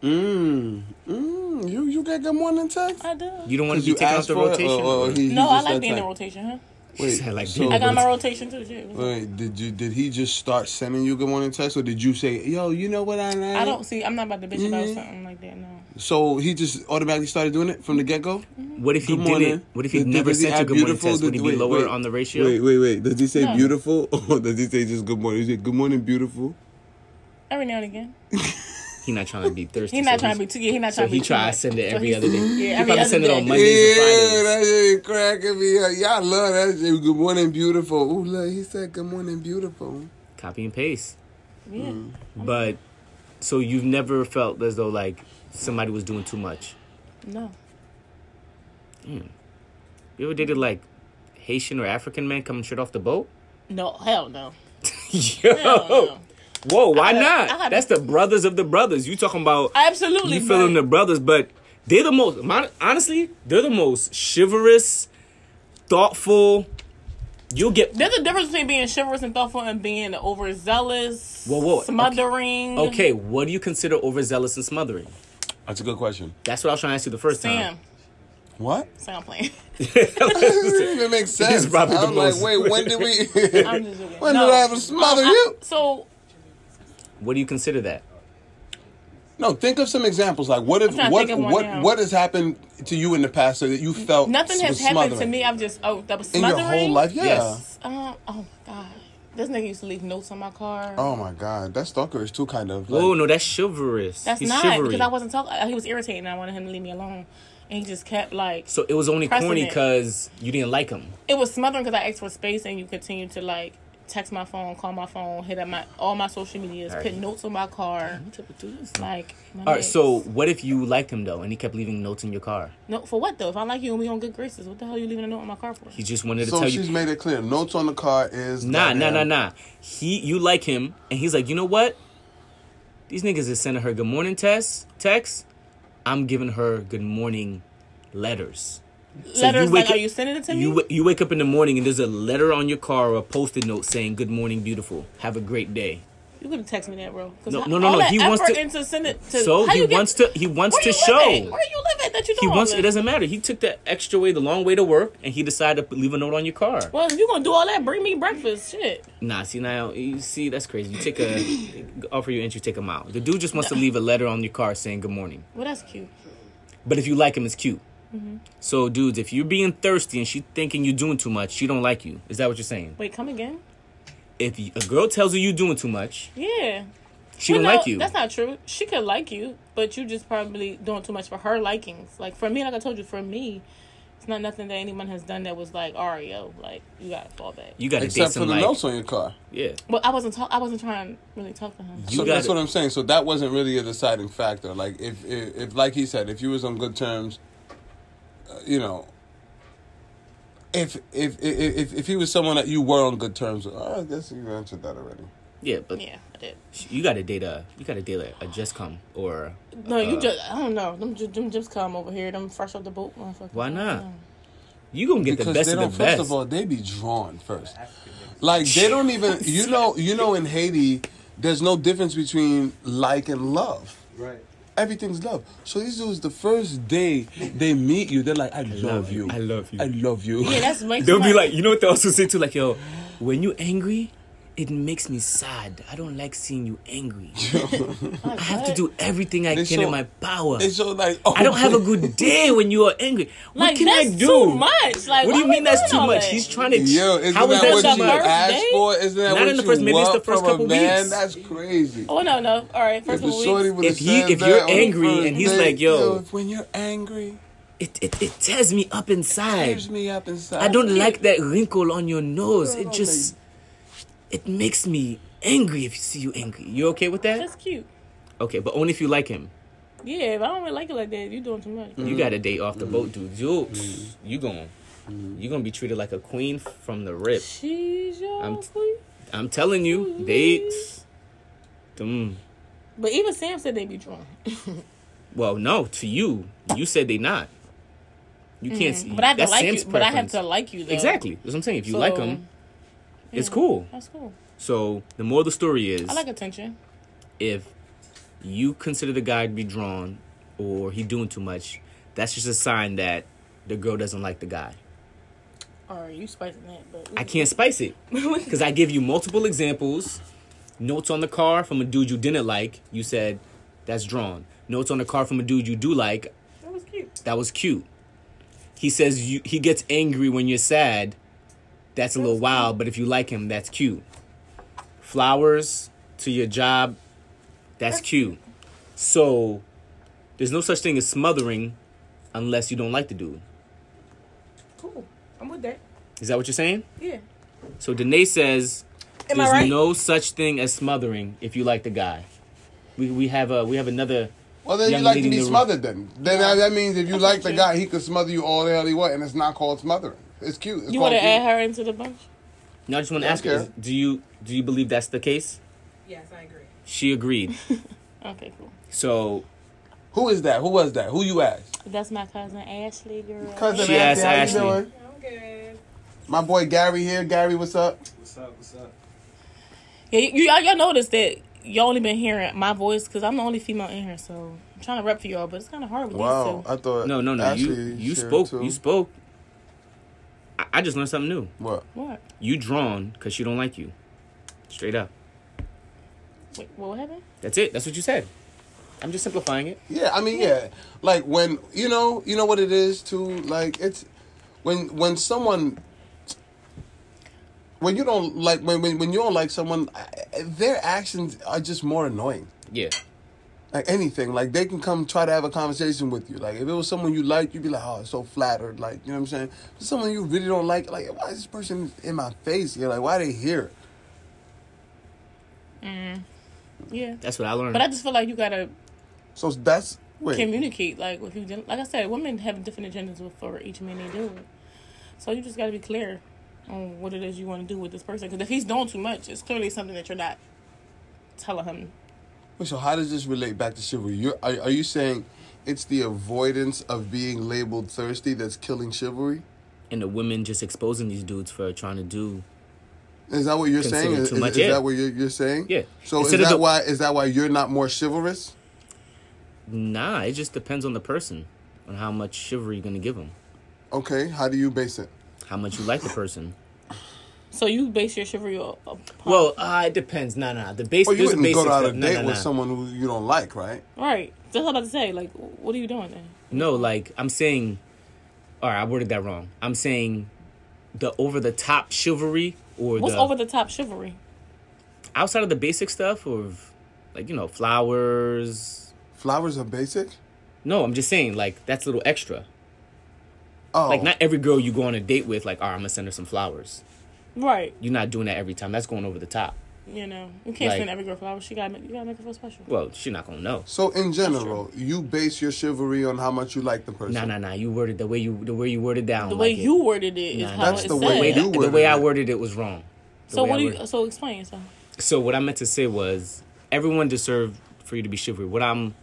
S2: Mm, mm, you you get good morning text?
S3: I do.
S1: You don't want to
S2: you
S1: be taken off the rotation.
S2: or- or
S1: or-
S2: oh, he- he
S3: no, I
S2: just
S3: like
S2: that
S3: being in
S2: type?
S3: rotation, huh?
S2: Wait,
S1: said, like,
S2: so,
S1: being
S3: I got my
S1: What's-
S3: rotation too. Shit. What's up?
S2: wait, did you did he just start sending you good morning text, or did you say, yo, you know what I like?
S3: I don't see. I'm not about to bitch about
S1: mm-hmm.
S2: Mhm.
S3: something like that. No.
S2: So he just automatically started doing it from the get go.
S1: What if he
S2: Good morning.
S1: didn't? What if he
S2: Did-
S1: never
S2: does
S1: sent you
S2: add
S1: good morning
S2: beautiful?
S1: tests? Would he
S2: Did-
S1: be
S2: wait,
S1: lower
S2: wait.
S1: on the ratio?
S2: Wait, wait, wait. Does he say
S3: No.
S2: beautiful or does he say just good morning? He said good morning, beautiful.
S3: Every now and again.
S1: He not trying to be thirsty.
S3: He's
S1: so
S3: not trying to be too. Yeah, he's not
S1: So
S3: trying to
S1: he
S3: be.
S1: try to
S3: too
S1: send it
S3: much. So
S1: every
S3: he's-
S1: other day.
S3: Yeah,
S1: He
S3: every
S1: probably
S3: other
S1: send it
S3: day.
S1: on Mondays and
S2: Yeah,
S1: Fridays.
S2: that shit cracking me up. Y'all love that shit. Good morning, beautiful. Ooh, look, he said good morning, beautiful.
S1: Copy and paste.
S3: Yeah.
S1: Mm-hmm. But so you've never felt as though like somebody was doing too much.
S3: No.
S1: You ever dated like Haitian or African man coming straight off the boat?
S3: No. Hell no.
S1: Yo,
S3: Hell no.
S1: whoa, why
S3: I had-
S1: not?
S3: I had-
S1: That's the brothers of the brothers. You talking about?
S3: Absolutely.
S1: you feeling the
S3: but
S1: brothers, but they're the most mon- honestly, they're the most chivalrous, thoughtful. You'll get
S3: There's a difference between being chivalrous and thoughtful and being overzealous,
S1: Whoa, whoa, okay.
S3: smothering.
S1: okay. What do you consider overzealous and smothering?
S2: That's a good question.
S1: That's what I was trying to ask you the first
S3: Sam,
S2: What?
S3: sound plan.
S1: time.
S2: It doesn't even make sense.
S1: probably the
S2: I'm like,
S1: most-
S2: wait, when did we?
S3: I'm just joking.
S2: when
S3: no.
S2: did I ever smother you?
S3: So
S1: what do you consider that?
S2: No, think of some examples. Like, what if
S3: trying to
S2: what
S3: think of one
S2: what
S3: now.
S2: what has happened to you in the past so that you felt
S3: nothing
S2: was
S3: has happened to
S2: smothering?
S3: me. I've just oh that was
S2: in your
S3: smothering.
S2: whole life? Yeah.
S1: Yes.
S3: Um. Oh my god. This nigga used to leave notes on my car.
S2: Oh my God, that's stalkerish too, kind of. Like,
S1: Oh no, that's chivalrous.
S3: That's
S1: He's
S3: not
S1: chivalry.
S3: because I wasn't talking. He was irritating. I wanted him to leave me alone, and he just kept like
S1: so it was only
S3: Pressing
S1: corny
S3: it.
S1: because you didn't like him.
S3: it was smothering because I asked for space, and you continued to like text my phone, call my phone, hit up my all my social medias,
S1: Alright.
S3: put notes on my car, like. My
S1: Mm-hmm. All right. So what if you liked him though, and he kept leaving notes in your car?
S3: no, for what though? If I like you and we on good graces, what the hell you leaving a note on my car for?
S1: He just wanted to
S2: so
S1: tell
S2: she's
S1: you.
S2: made it clear. Notes on the car is
S1: Nah, nah, nah,
S2: goddamn-
S1: nah. He, you like him, and he's like, you know what? These niggas is sending her good morning test text. I'm giving her good morning letters. So
S3: Letters
S1: wake
S3: like, are
S1: up-
S3: you sending it to
S1: You
S3: me?
S1: wa- you wake up in the morning and there's a letter on your car or a post-it note saying "Good morning, beautiful. Have a great day."
S3: You could text me that, bro. 'Cause
S1: No,
S3: how-
S1: no, no,
S3: all
S1: no,
S3: that
S1: he wants
S3: effort
S1: to-
S3: into send it to.
S1: So
S3: how
S1: he
S3: you get-
S1: wants to he wants
S3: Where
S1: to
S3: you
S1: show.
S3: live at? Where you live at that you
S1: He
S3: don't?
S1: wants. It doesn't matter. He took that extra way, the long way to work, and he decided to leave a note on your car.
S3: Well, if you gonna do all that, bring me breakfast. Shit.
S1: Nah, see now, you see that's crazy. You take a offer you an inch, you take a mile. The dude just wants to leave a letter on your car saying "Good morning."
S3: Well, that's cute.
S1: But if you like him, it's cute.
S3: Mm-hmm.
S1: So, dudes, if you're being thirsty and she thinking you're doing too much, she don't like you. Is that what you're saying?
S3: Wait, come again?
S1: If you, a girl tells you you're doing too much,
S3: Yeah.
S1: She don't
S3: Well, no,
S1: like you.
S3: That's not true. She could like you, but you just probably doing too much for her likings. Like for me, like I told you, for me, it's not nothing that anyone has done that was like Ario. Like you gotta fall back.
S1: you got to date
S2: Except for the
S1: some like
S2: notes on your car.
S1: yeah.
S3: But I wasn't. Talk- I wasn't trying to really talk to him.
S1: You
S2: so that's
S1: gotta-
S2: what I'm saying. So that wasn't really a deciding factor. Like if, if, if like he said, if you was on good terms, uh, you know, if if, if if if he was someone that you were on good terms with, oh, I guess you answered that already.
S1: Yeah, but
S3: Yeah, I did.
S1: you got to date a you got to date a, a just come or
S3: No,
S1: Uh,
S3: you just. I don't know. Them, ju- them just come over here. Them fresh off the boat, motherfucker.
S1: why not? You gonna get the
S2: Because
S1: best
S2: they
S1: of
S2: don't.
S1: the
S2: first
S1: best.
S2: of all, they be drawn first. Like they don't even. You know. You know. In Haiti, there's no difference between like and love.
S4: Right.
S2: Everything's love. So these dudes, the first day they meet you, they're like, "I, love,
S1: love you.
S2: you.
S1: I love you."
S2: I love you."
S3: Yeah, that's makes
S1: They'll be
S3: sense.
S1: like, you know what they also say too, like, yo, when you angry, it makes me sad. I don't like seeing you angry. I have to do everything I
S2: They
S1: can
S2: show-
S1: in my power.
S2: It's so like, oh,
S1: I don't have a good day when you are angry. What
S3: Like,
S1: can
S3: that's
S1: I do?
S3: too much. Like,
S1: what do
S3: why
S1: you
S3: we
S1: mean that's
S3: doing
S1: too
S3: all
S1: much?
S3: that?
S1: He's trying to.
S2: Yo, isn't
S1: How is
S2: that
S1: that
S2: what
S3: the
S1: too
S2: you
S1: much?
S3: first
S2: asked
S3: day?
S2: for? Isn't that
S1: Not
S2: what
S1: in the
S2: you
S1: first- maybe it's the
S2: want
S1: first
S2: from a
S1: couple
S2: man?
S1: weeks.
S2: That's crazy.
S3: Oh no, no. All right, first
S2: If
S3: of
S2: the shorty
S3: all,
S2: would've
S1: If he-
S2: said
S1: if
S2: that
S1: you're
S2: on the
S1: angry
S2: first
S1: and he's
S2: date,
S1: like, yo-
S2: if when you're angry,
S1: It, it it tears me up inside.
S2: gives me up inside.
S1: I don't like that wrinkle on your nose. It
S2: don't
S1: just it makes me angry if you see you angry. You okay with that?
S3: that's cute.
S1: Okay, but only if you like him.
S3: Yeah, but I don't really like it like that. You doing too much.
S1: You got a date off
S2: Mm.
S1: the boat, dude. You you going you gonna be treated like a queen from the rip.
S3: She's your
S1: I'm-
S3: queen.
S1: I'm telling you, dates. Them,
S3: But even Sam said they be drunk.
S1: well, no, to you, you said they not. You can't. see.
S3: Mm. But I have
S1: Mm. that's
S3: to like
S1: Sam's
S3: you. But I have
S1: preference.
S3: to like you though.
S1: Exactly. That's what I'm saying. If you like 'em, like them, it's cool.
S3: That's cool.
S1: So the moral of the story is,
S3: I like attention.
S1: if you consider the guy to be drawn or he doing too much, that's just a sign that the girl doesn't like the guy.
S3: All right, you spicing that, but
S1: I can't spice it because I give you multiple examples. Notes on the car from a dude you didn't like. You said that's drawn. Notes on the car from a dude you do like.
S3: That was cute.
S1: That was cute. He says you, he gets angry when you're sad. That's a little wild, but if you like him, that's cute. Flowers to your job, that's cute. So there's no such thing as smothering unless you don't like the dude.
S3: Cool. I'm with that.
S1: Is that what you're saying?
S3: Yeah.
S1: So Danae says
S3: Am I
S1: there's
S3: right?
S1: no such thing as smothering if you like the guy. We we have a we have another
S2: Well, then you
S1: young
S2: like to
S1: lady
S2: be
S1: in the room.
S2: smothered. Then, then that- that means if you
S3: That's
S2: like the
S3: true.
S2: guy, he could smother you all the hell he want, and it's not called smothering. It's cute. It's
S3: You
S2: called
S3: want to
S2: cute.
S3: add her into the bunch?
S1: Now I just want to ask
S2: Okay.
S1: her, do you do you believe that's the case?
S5: Yes, I agree.
S1: She agreed.
S3: Okay, cool.
S1: So
S2: Who is that? Who was that? Who you asked?
S3: That's my cousin Ashley, girl.
S2: Cousin
S1: She
S2: Ashley,
S1: asked
S2: how you
S1: Ashley.
S2: doing?
S5: I'm good.
S2: My boy Gary here. Gary, what's up?
S4: What's up? What's up?
S3: Yeah, you, y'all, y'all noticed that y'all only been hearing my voice because I'm the only female in here, so I'm trying to rep for y'all, but it's kind of hard with these two.
S2: I thought
S1: no no no you
S2: Uh, Ashley
S1: you
S2: shared
S1: spoke
S2: too.
S1: you spoke. I, I just learned something new.
S2: What?
S3: what?
S1: You drawn because she don't like you. Straight up.
S3: Wait, what happened?
S1: That's it. That's what you said. I'm just simplifying it.
S2: Yeah, I mean, yeah. Like when you know, you know what it is to like it's when when someone when you don't like when when, when you don't like someone, I- I- their actions are just more annoying.
S1: Yeah.
S2: Like anything, like they can come try to have a conversation with you. Like if it was someone you liked, you'd be like, "Oh, so flattered." Like you know what I'm saying? But someone you really don't like, like why is this person in my face? You're like, why they here?
S3: Yeah.
S1: That's what I learned.
S3: But I just feel like you gotta
S2: So that's wait.
S3: communicate. Like with you, like I said, women have different agendas with- for each man they deal with. So you just got to be clear on what it is you want to do with this person. Because if he's doing too much, it's clearly something that you're not telling him.
S2: Wait, so how does this relate back to chivalry? You're, are, are you saying it's the avoidance of being labeled thirsty that's killing chivalry?
S1: and the women just exposing these dudes for trying to do.
S2: Is that what you're
S1: Consider
S2: saying?
S1: too
S2: Is, is-
S1: much,
S2: is
S1: yeah.
S2: that what you're, you're saying?
S1: Yeah.
S2: So
S1: Instead of
S2: is that
S1: the-
S2: why is that why you're not more chivalrous?
S1: Nah, it just depends on the person, on how much chivalry you're gonna give them,
S2: Okay. How do you base it?
S1: how much you like the person.
S3: So you base your chivalry o- upon.
S1: Well, uh, it depends. Nah, nah. The base.
S2: Well, you
S1: there's a
S2: wouldn't
S1: basic
S2: go out
S1: stuff.
S2: a
S1: Nah,
S2: date
S1: nah, nah.
S2: with someone who you don't like, right?
S3: right. That's what I'm about to say. Like, what are you doing then?
S1: No, like I'm saying. All right, I worded that wrong. I'm saying the over the top chivalry or
S3: What's
S1: the
S3: over the top chivalry?
S1: outside of the basic stuff or like you know flowers.
S2: Flowers are basic.
S1: No, I'm just saying like that's a little extra.
S2: Oh,
S1: Like not every girl you go on a date with, like, all right, I'm gonna send her some flowers.
S3: Right.
S1: You're not doing that every time. That's going over the top.
S3: You know, you can't
S1: Like-
S3: send every girl flowers. She gotta make, you gotta make her feel special.
S1: Well, she's not gonna know.
S2: So in general, you base your chivalry on how much you like the person.
S1: Nah, nah, nah. You worded the way you the way you worded down.
S3: the way
S1: like it.
S3: you worded it is
S1: Nah,
S3: how
S2: that's
S3: it's
S2: the way
S3: said.
S1: way
S2: you
S1: that, the
S2: worded
S1: way I
S2: it.
S1: worded it was wrong. The
S3: so
S1: way I
S3: what do you?
S1: worded-
S3: So explain. So
S1: So what I meant to say was everyone deserved for you to be chivalry. What I'm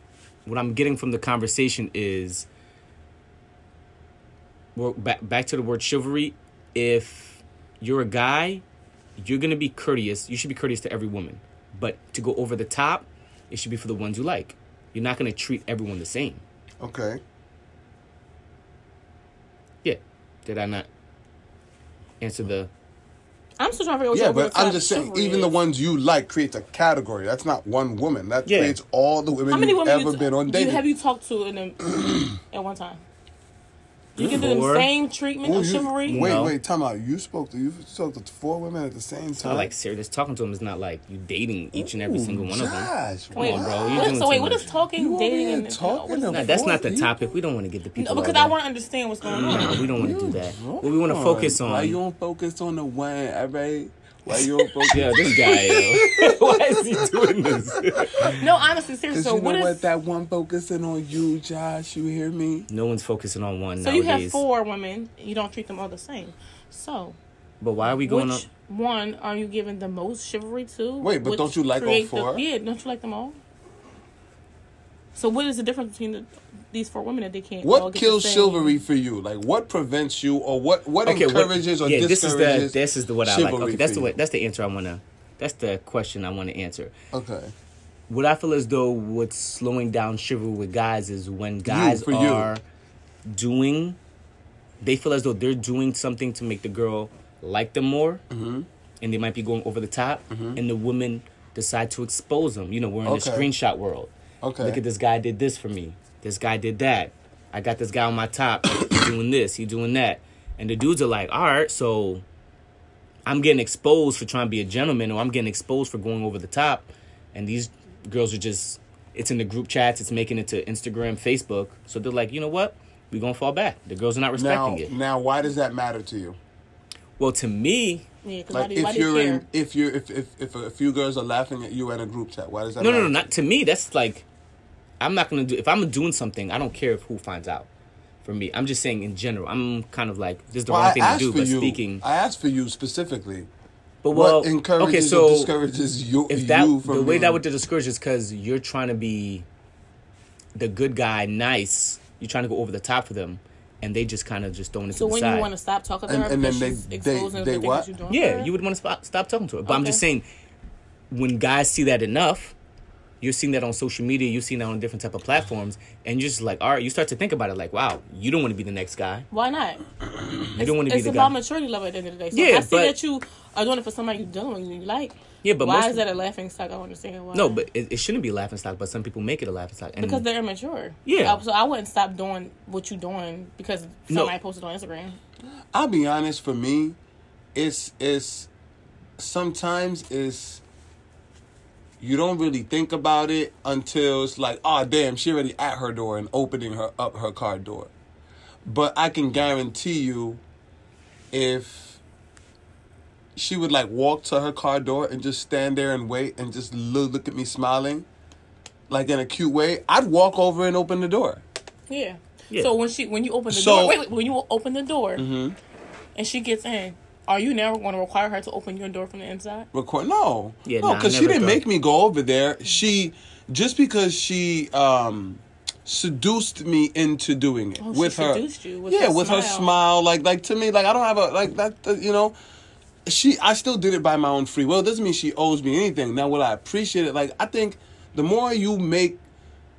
S1: what I'm getting from the conversation is we're back back to the word chivalry. If you're a guy, you're gonna be courteous. You should be courteous to every woman. But to go over the top, it should be for the ones you like. You're not gonna treat everyone the same.
S2: Okay.
S1: Yeah. Did I not answer the
S3: I'm still trying to figure out.
S2: Yeah,
S3: what
S2: but
S3: your
S2: I'm just saying,
S3: chivalry
S2: even the
S3: is.
S2: ones you like creates a category. That's not one woman. That
S1: Yeah.
S2: creates all the women
S3: How many
S2: you've
S3: women
S2: ever
S3: you,
S2: been on
S3: do you,
S2: dating.
S3: have you talked to in a, at one time? You give them the
S1: Four.
S3: same treatment
S2: Ooh,
S3: of
S2: you-
S3: chivalry.
S2: Wait,
S1: No.
S2: wait, time out. You spoke to you spoke to four women at the same
S1: I
S2: time.
S1: like serious talking to them is not like you dating each and every
S2: Ooh,
S1: single one of them.
S2: Josh,
S1: Come on, bro. You
S3: What-
S1: doing
S3: so wait,
S1: too
S3: what
S1: much.
S3: is talking,
S2: You over
S3: dating,
S2: here
S3: and
S2: talking
S3: what's-
S2: to
S1: Nah, that's
S2: Boy,
S1: not the
S2: you-
S1: topic. We don't want to get the people.
S3: No, because
S1: all
S3: I want to understand what's going on.
S1: that. We don't want to do that. What we want to focus on.
S2: Why you don't focus on the one, alright? Why you don't focus?
S1: yeah, this guy. Yo. Why is he doing this?
S3: No, honestly,
S2: Cause
S3: seriously. So
S2: you know
S3: what
S2: what?
S3: is?
S2: That one focusing on you, Josh. You hear me?
S1: no one's focusing on one
S3: So you
S1: nowadays.
S3: have four women. You don't treat them all the same. So
S1: But why are we going
S3: which one are you giving the most chivalry to?
S2: Wait, but
S3: Which
S2: don't you like all
S3: create
S2: four?
S3: The, yeah, don't you like them all? So what is the difference between the, these four women that they can't? all
S2: What
S3: get the
S2: kills
S3: same-
S2: chivalry for you? Like what prevents you, or what what
S1: on? Okay, what-
S2: encourages or
S1: yeah, this is
S2: discourages?
S1: the this is the what I like.
S2: chivalry
S1: Okay, that's
S2: for
S1: the
S2: you?
S1: way, that's the answer I want to. That's the question I want to answer.
S2: Okay.
S1: What I feel as though what's slowing down chivalry with guys is when guys
S2: for you.
S1: are doing, they feel as though they're doing something to make the girl like them more,
S2: Mm-hmm.
S1: and they might be going over the top, and the women decide to expose them. You know, we're in the
S2: Okay.
S1: screenshot world.
S2: Okay.
S1: Look at this guy did this for me. This guy did that. I got this guy on my top. He's doing this. He's doing that. And the dudes are like, all right, so I'm getting exposed for trying to be a gentleman, or I'm getting exposed for going over the top. And these girls are just, it's in the group chats, it's making it to Instagram, Facebook. So they're like, you know what? We're going to fall back. The girls are not
S2: Now,
S1: respecting it.
S2: now, why does that matter to you?
S1: Well, to me,
S3: Yeah, 'cause why
S2: Like,
S3: do, why
S2: if
S3: do you
S2: you're
S3: care?
S2: in, if you're, if if if a few girls are laughing at you in a group chat, why does that?
S1: no, no,
S2: matter
S1: no,
S2: to
S1: not to me. That's like, I'm not going to do, if I'm doing something, I don't care if who finds out. For me, I'm just saying in general. I'm kind of like this is the
S2: Well,
S1: wrong
S2: I
S1: thing to
S2: asked
S1: do,
S2: for
S1: but
S2: you.
S1: speaking.
S2: I asked for you specifically.
S1: But well,
S2: what encourages
S1: okay, so
S2: or discourages you?
S1: if that
S2: you from
S1: the way that
S2: being-
S1: would discourage is because you're trying to be the good guy, nice. You're trying to go over the top for them, and they just kind of just throwing it
S3: So
S1: to the
S3: when
S1: side.
S3: you want to stop talking to
S2: And-
S3: her,
S2: and then
S3: because
S2: they-
S3: she's
S2: they-
S3: exposing
S2: they
S3: the things
S2: what?
S3: you're doing for
S1: yeah,
S3: her?
S1: you would want to stop, stop talking to her. But I'm just
S3: Okay.
S1: saying, when guys see that enough, you're seeing that on social media, you're seeing that on different type of platforms, and you're just like, all right, you start to think about it, like, wow, you don't want to be the next guy.
S3: Why not?
S1: You don't want to be
S3: It's
S1: the
S3: about
S1: guy.
S3: maturity level at the end of the day. So
S1: Yeah,
S3: if I see
S1: but-
S3: that you are doing it for somebody you're dealing with, you like.
S1: Yeah, but
S3: why
S1: most-
S3: is that a laughing stock? I don't understand why.
S1: No, but it, it shouldn't be a laughing stock. But some people make it a laughing stock. And
S3: because they're immature.
S1: Yeah.
S3: Uh, so I wouldn't stop doing what you're doing because
S1: No.
S3: somebody posted on Instagram.
S2: I'll be honest. For me, it's it's sometimes it's you don't really think about it until it's like, oh damn, she already at her door and opening her up her car door. But I can guarantee you, if she would like walk to her car door and just stand there and wait and just look, look at me smiling, like in a cute way, I'd walk over and open the door.
S3: Yeah.
S1: Yeah.
S3: So when she when you open the
S2: So-
S3: door, wait, wait, when you open the door, and she gets in, are you now going to require her to open your door from the inside?
S2: record. No,
S1: Yeah,
S2: no,
S1: nah, I
S2: because she
S1: never
S2: didn't
S1: thought-
S2: make me go over there. She just because she um seduced me into doing it
S3: Oh, she
S2: with her.
S3: seduced you with
S2: yeah,
S3: her
S2: with her
S3: smile.
S2: smile. Like, like to me, like I don't have a like that. uh, You know, she. I still did it by my own free will. It doesn't mean she owes me anything. Now, will I appreciate it? Like, I think the more you make.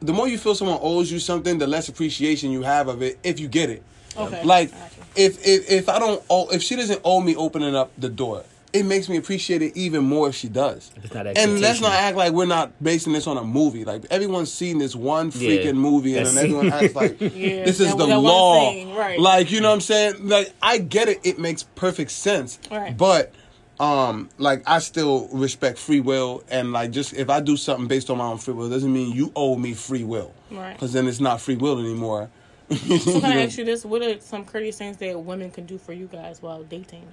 S2: The more you feel someone owes you something, the less appreciation you have of it if you get it.
S3: Okay.
S2: Like
S3: Gotcha.
S2: if if if I don't owe, if she doesn't owe me opening up the door, it makes me appreciate it even more if she does.
S1: If it's not
S2: and let's not
S1: expectation.
S2: act like we're not basing this on a movie. Like everyone's seen this one freaking
S1: Yeah.
S2: movie, and
S1: That's-
S2: then everyone acts like
S3: Yeah,
S2: this is
S3: that-
S2: the
S3: that one
S2: law.
S3: scene, right.
S2: Like you know what I'm saying? Like I get it. It makes perfect sense.
S3: Right.
S2: But um like i still respect free will and like just if i do something based on my own free will doesn't mean you owe me free will
S3: Right.
S2: because then it's not free will anymore
S3: So can I ask you this? What are some courteous things that women can do for you guys while dating?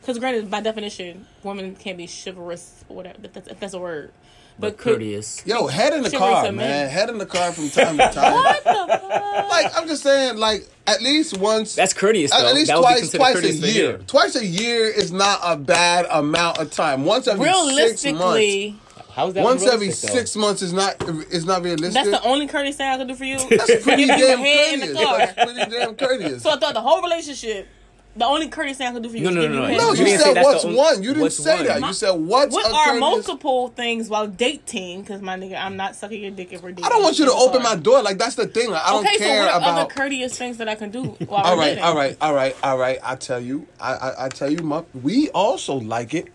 S3: Because granted, by definition, women can be chivalrous, or whatever. If that's, if that's a word, but,
S1: But
S3: could-
S1: courteous.
S2: yo head in the
S3: Chivalrous
S2: car
S3: to men.
S2: man head in the car from time to time
S3: What the fuck?
S2: like i'm just saying like at least once
S1: That's courteous,
S2: at,
S1: though.
S2: at least
S1: that would be considered
S2: twice, twice a
S1: courteous for
S2: year.
S1: you.
S2: Twice a year is not a bad amount of time. Once every six months.
S3: Realistically,
S1: How is that
S2: Once every
S1: realistic, though?
S2: six months is not is not realistic.
S3: that's the only courteous thing I could do for you.
S2: That's pretty
S3: Give you a
S2: damn
S3: head in the
S2: courteous.
S3: car.
S2: That's pretty damn courteous.
S3: so I thought the whole relationship, the only courteous thing I could do for
S1: No,
S3: you. is
S1: no,
S3: give
S1: no,
S3: you
S1: no.
S3: head.
S2: no, you
S1: didn't say
S2: said
S1: that's
S2: what's
S1: the only-
S2: one. You didn't
S1: what's
S2: say
S1: one.
S2: that. You said what's
S3: What
S2: a
S3: are
S2: courteous-
S3: multiple things while dating? Because my nigga, I'm not sucking your dick if we're dating.
S2: I don't want you to
S3: In the
S2: open
S3: car.
S2: my door. Like that's the thing. Like, I don't
S3: okay,
S2: care
S3: so what are
S2: about.
S3: other courteous things that I can do while
S2: all
S3: we're
S2: right,
S3: dating?
S2: all right, all right, all right. I tell you, I, I, I tell you, my, we also like it.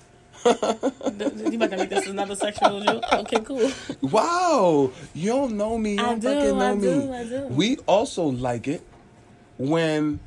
S3: Th- th- You about to make this another sexual joke? Okay, cool.
S2: Wow, you don't know me. You
S3: I
S2: don't
S3: do,
S2: fucking know
S3: I
S2: me.
S3: do, I do.
S2: We also like it when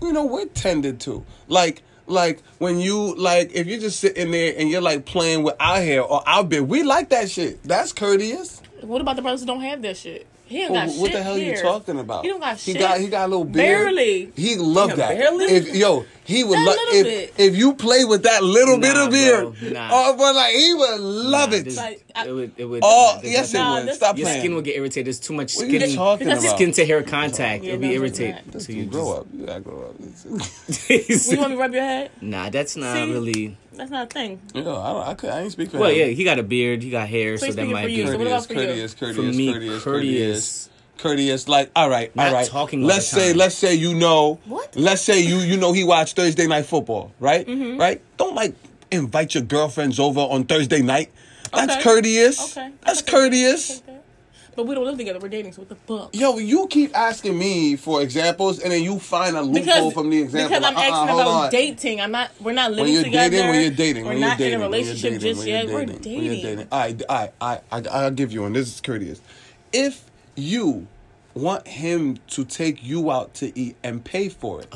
S2: you know we're tended to. Like like when you like if you're just sitting there and you're like playing with our hair or our beard, we like that shit. That's courteous.
S3: What about the brothers who don't have that shit? He ain't got
S2: Wh-
S3: shit.
S2: what the hell
S3: here.
S2: you talking about?
S3: He don't got
S2: he
S3: shit.
S2: got he got a little beard.
S3: Barely.
S2: He loved
S1: Yeah,
S2: that.
S1: barely?
S2: If yo, he would
S3: That
S2: love
S3: little
S2: if
S3: bit.
S2: if you play with that little bit
S1: Nah,
S2: of beard.
S1: bro, nah.
S2: Oh, but like he would love
S1: Nah,
S2: it.
S1: this-
S3: Like, I-
S1: it would. It would.
S2: oh,
S1: this-
S2: yes,
S3: Nah,
S2: it would.
S3: this-
S2: Stop
S1: Your
S2: playing.
S1: skin will get irritated. There's too much
S2: What are you
S1: skin.
S2: talking about?
S1: Skin to hair contact.
S3: Yeah,
S1: It'll be
S3: no, it's
S1: irritating.
S3: not.
S1: So you
S2: grow
S1: just-
S2: up. You gotta grow up.
S3: You want me to rub your head?
S1: Nah, that's not
S3: See?
S1: really.
S3: That's not a thing.
S2: Yo, I don't. I, could, I ain't speak for
S1: Well, yeah,
S2: him.
S1: he got a beard. He got hair, so
S3: Please
S1: that
S3: speak it
S1: might
S3: for
S1: be.
S3: you. So what about for you?
S2: courteous, courteous,
S1: For me,
S2: courteous,
S1: courteous.
S2: courteous, courteous. Like, all right,
S1: Not
S2: all right.
S1: talking all
S2: let's
S1: the
S2: say,
S1: time.
S2: let's say you know.
S3: What?
S2: Let's say you you know he watched Thursday night football, right?
S3: Mm-hmm.
S2: Right. Don't like invite your girlfriends over on Thursday night. That's
S3: Okay.
S2: courteous.
S3: Okay.
S2: That's
S3: Okay, okay,
S2: courteous.
S3: okay. But we don't live together. We're dating, so what the fuck?
S2: Yo, you keep asking me for examples, and then you find a loophole from the example.
S3: Because I'm
S2: Like, uh-uh,
S3: asking
S2: hold
S3: about
S2: on.
S3: dating. I'm not. We're not living
S2: when you're
S3: together.
S2: dating, when you're dating,
S3: we're
S2: when
S3: not
S2: you're dating,
S3: in a
S2: when you're
S3: relationship
S2: dating,
S3: just
S2: when you're
S3: yet. We're
S2: dating,
S3: dating.
S2: when you're dating. All right, all right, all right, I, I'll give you one. This is courteous. If you want him to take you out to eat and pay for it,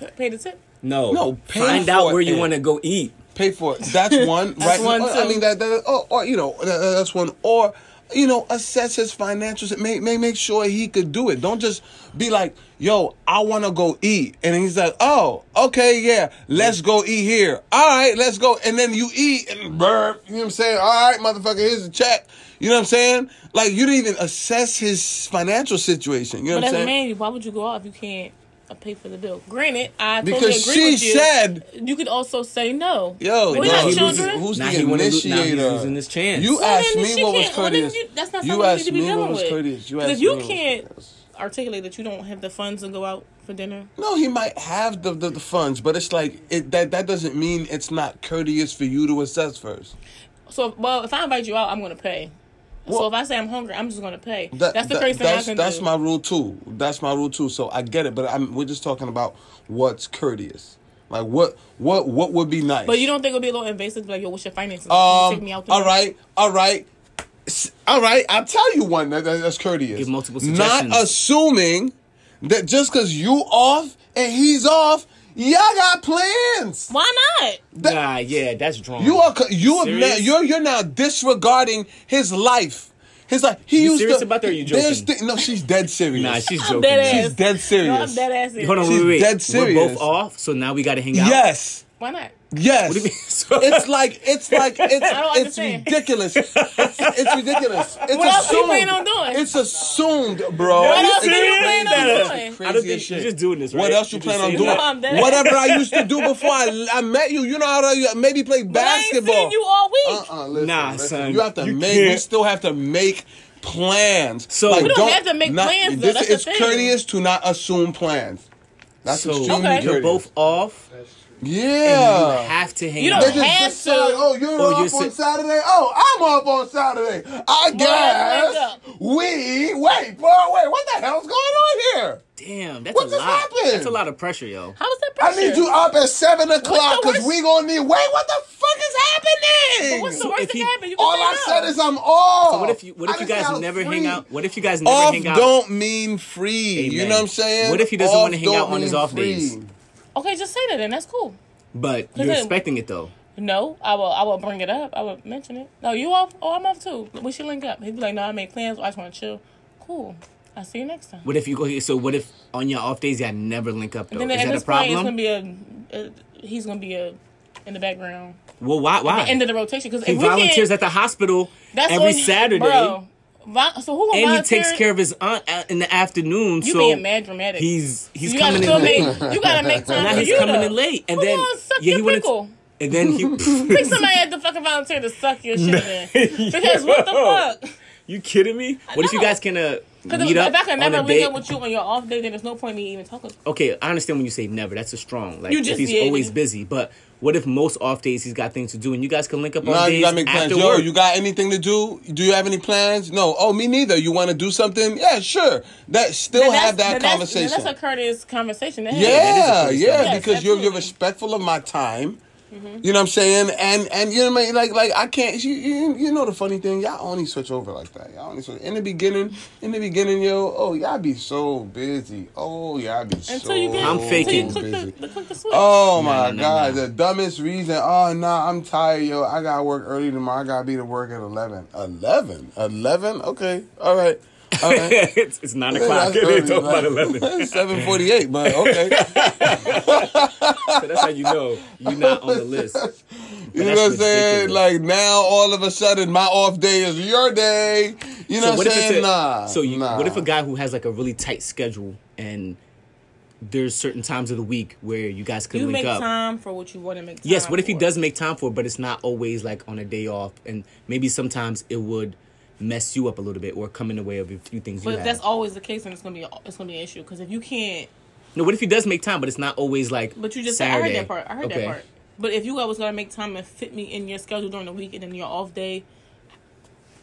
S3: P- Pay the tip.
S1: No,
S2: No, pay
S1: Find
S2: for
S1: out where
S2: it.
S1: you want to go eat.
S2: pay for it. That's one, right?
S3: one,
S2: I
S3: too.
S2: mean, that, that or, or you know, that, that's one. Or you know, assess his financials. Make make make sure he could do it. Don't just be like, "Yo, I want to go eat," and he's like, "Oh, okay, yeah, let's go eat here. All right, let's go." And then you eat and burp. You know what I'm saying? All right, motherfucker, here's the check. You know what I'm saying? Like you didn't even assess his financial situation. You know
S3: But
S2: what
S3: as
S2: I'm
S3: a
S2: saying?
S3: man, why would you go out if you can't uh, pay for the bill? Granted, I totally
S2: because
S3: agree
S2: she
S3: with you.
S2: said.
S3: you could also say no.
S2: Yo,
S3: we're
S1: now
S3: not
S1: he
S3: children. Oh,
S1: loses-
S2: who's
S1: Now
S2: the
S1: he wanna lose- now he's
S2: initiator?
S1: losing his chance.
S2: You
S1: So
S2: asked
S3: then
S2: me
S3: she
S2: what was
S3: can't- well, then
S2: courteous.
S3: you- that's not
S2: you
S3: something you
S2: asked
S3: need to be
S2: me what
S3: dealing
S2: was
S3: with.
S2: courteous. You
S3: 'Cause
S2: asked
S3: if
S2: me
S3: you
S2: what was
S3: can't-
S2: courteous.
S3: Articulate that you don't have the funds to go out for dinner.
S2: No, he might have the, the, the funds, but it's like it that that doesn't mean it's not courteous for you to assess first.
S3: So, well, if I invite you out, I'm gonna pay. so
S2: Well-
S3: if I say I'm hungry, I'm just gonna pay.
S2: That-
S3: that's the
S2: that-
S3: crazy thing I
S2: that's,
S3: can
S2: that's
S3: do.
S2: my rule too. That's my rule too. So I get it, but I'm, we're just talking about what's courteous. Like what what what would be nice.
S3: but you don't think it'll be a little invasive? Like, yo, what's your finances? Can you
S2: Um,
S3: take me out. to
S2: all
S3: dinner?
S2: right, all right, S- all right. I'll tell you one that, that- that's courteous.
S1: Give multiple
S2: Not
S1: suggestions.
S2: assuming that just because you off and he's off, y'all got plans.
S3: Why not?
S2: That-
S1: nah, yeah, that's drawn.
S2: You are co- you have now,
S1: Serious?
S2: you're you're now disregarding his life. His life. He
S1: You
S2: used
S1: serious
S2: to,
S1: about that or you
S2: there's
S1: joking?
S2: thi- no, she's dead serious.
S1: Nah, she's
S3: I'm
S1: joking.
S3: dead
S1: She's-
S3: ass.
S2: She's dead
S3: No, I'm
S2: serious.
S3: dead ass. serious.
S1: Hold on,
S2: She's
S1: wait, wait.
S2: dead
S1: We're
S2: serious.
S1: both off, so now we got to hang out.
S2: Yes.
S3: Why not?
S2: Yes.
S1: What do you mean? So-
S2: It's like it's like
S3: don't
S2: it's it's
S3: understand.
S2: ridiculous. It's, it's ridiculous. It's
S3: What else you
S2: assumed.
S3: planning on doing?
S2: It's assumed, bro.
S3: What else
S2: It's
S3: you
S2: crazy
S3: planning on
S2: as
S3: doing?
S2: shit.
S1: I don't think you're just doing this. Right?
S2: What else you
S1: You're
S2: plan
S1: just
S2: on
S1: saying
S2: doing?
S1: that.
S3: No, I'm dead.
S2: Whatever I used to do before I, I met you. You know how to maybe play
S3: But I ain't
S2: basketball.
S3: seen you all week.
S2: Uh-uh, listen,
S1: Nah,
S2: listen.
S1: son,
S2: You have to
S1: you
S2: make. We
S1: can't.
S2: still have to make plans.
S1: So- We
S3: don't have to make
S2: not-
S3: plans, though.
S2: This,
S3: That's the
S2: it's
S3: thing.
S2: courteous to not assume plans. That's
S1: So
S2: extremely
S3: Okay.
S1: you're
S2: courteous.
S1: both off.
S2: Yeah.
S1: You have to hang
S3: You
S1: out.
S3: don't
S2: They just
S3: have
S2: just said,
S3: to.
S2: oh, you're
S1: Oh,
S2: off
S1: you're
S2: on
S1: sit-
S2: Saturday. Oh, I'm off on Saturday. I
S3: let's wake
S2: guess
S3: up.
S2: we wait, boy, wait. What the hell's going on here?
S1: Damn, that's
S2: What
S1: a
S2: just
S1: lot.
S2: happened?
S1: That's a lot of pressure, yo.
S3: How is that
S2: I
S3: pressure?
S2: need you up at seven o'clock
S3: the
S2: because
S3: worst-
S2: we gonna need. Wait, what the fuck is happening?
S3: But what's the
S1: So
S3: worst
S1: if
S3: that
S1: he-
S3: can happen? You can
S2: All
S3: say
S2: I
S3: no.
S2: said is I'm off.
S1: What if you? What
S2: Oh, I
S1: if you
S2: just said I
S1: guys
S2: was
S1: never
S2: free.
S1: hang out? What if you guys never
S2: Off
S1: hang out?
S2: don't mean free. You
S1: Amen.
S2: know what I'm saying?
S1: What if he doesn't
S2: Off
S1: wanna hang
S2: don't
S1: out on his
S2: mean
S1: off days?
S2: free.
S3: Okay, just say that, and that's cool.
S1: But you're
S3: Listen.
S1: expecting it though.
S3: No, I will. I will bring it up. I will mention it. No, you off? Oh, I'm off too. We should link up. He'd be like, "No, I made plans. I just want to chill." Cool. I'll see you next time.
S1: What if you go? okay, So what if on your off days y'all never link up though?
S3: And then
S1: Is
S3: at
S1: that a
S3: this point, it's
S1: problem?
S3: gonna be a, a. He's gonna be a in the background,
S1: well, why? Why?
S3: end of the rotation. Because
S1: he volunteers at the hospital every Saturday,
S3: Bro, Vol- so who? gonna
S1: and he takes
S3: volunteer?
S1: care of his aunt a- in the afternoon.
S3: You
S1: so
S3: being mad dramatic.
S1: he's he's
S3: you
S1: coming
S3: gotta still
S1: in late.
S3: Make, you gotta make time
S1: now
S3: for
S1: he's
S3: you
S1: coming
S3: though.
S1: in late, and
S3: Who
S1: then
S3: gonna suck
S1: yeah,
S3: your
S1: he wanted.
S3: pickle?
S1: and then
S3: Pick
S1: he.
S3: somebody at the fucking volunteer to suck your shit in. Because what the fuck?
S1: you kidding me? What if you
S3: know.
S1: guys can uh,
S3: Because
S1: meet
S3: if
S1: up
S3: I can
S1: on
S3: never
S1: a
S3: link
S1: date?
S3: up with you on your off day, then there's no point in me even talking. to you.
S1: okay, I understand when you say never. That's a strong. Like
S3: You
S1: if
S3: just
S1: he's
S3: did.
S1: always busy, but what if most off days he's got things to do and you guys can link up on
S2: No,
S1: days
S2: you gotta make plans.
S1: after
S2: Yo,
S1: work?
S2: you got anything to do? Do you have any plans? No. Oh, me neither. You want to do something? Yeah, sure. That still
S3: Then that's-
S2: have
S3: then
S2: that
S3: that's-
S2: conversation.
S3: then That's a courteous conversation. to have.
S2: yeah, yeah,
S1: that is a conversation.
S2: because you're you're
S3: Yes, absolutely. Mm-hmm.
S2: respectful of my time. You know what I'm saying? And and you know what I mean? Like like I can't. You, you, you know the funny thing? Y'all only switch over like that. Y'all only switch in the beginning. In the beginning, yo, oh y'all be so busy. Oh y'all be so.
S3: Until you get,
S1: I'm
S3: until
S1: faking.
S3: You click
S2: busy.
S3: the, the, click the switch.
S2: Oh my
S1: no, no,
S2: god,
S1: no.
S2: the dumbest reason. Oh nah, I'm tired, yo. I gotta work early tomorrow. I gotta be to work at eleven. Eleven? Eleven? Okay. All right. All right.
S1: it's, it's nine o'clock. They talk about eleven.
S2: Seven forty eight, but okay.
S1: So that's how you know you're not on the list.
S2: You know
S1: that's
S2: what I'm saying?
S1: ridiculous.
S2: Like now, all of a sudden, my off day is your day. You know what I'm
S1: if
S2: saying?
S1: it's a-
S2: nah.
S1: So you,
S2: nah.
S1: what if a guy who has like a really tight schedule and there's certain times of the week where you guys could
S3: you
S1: link
S3: make
S1: up?
S3: time for what you want to make. time
S1: yes. What if he
S3: for.
S1: does make time for it, but it's not always like on a day off, and maybe sometimes it would mess you up a little bit or come in the way of a few things you
S3: But if
S1: have.
S3: that's always the case, then it's gonna be it's gonna be an issue. Because if you can't,
S1: no, what if he does make time, but it's not always like.
S3: but you just said, I
S1: Saturday.
S3: heard that part. I heard
S1: Okay.
S3: that part. But if you always gotta make time and fit me in your schedule during the week and then your off day,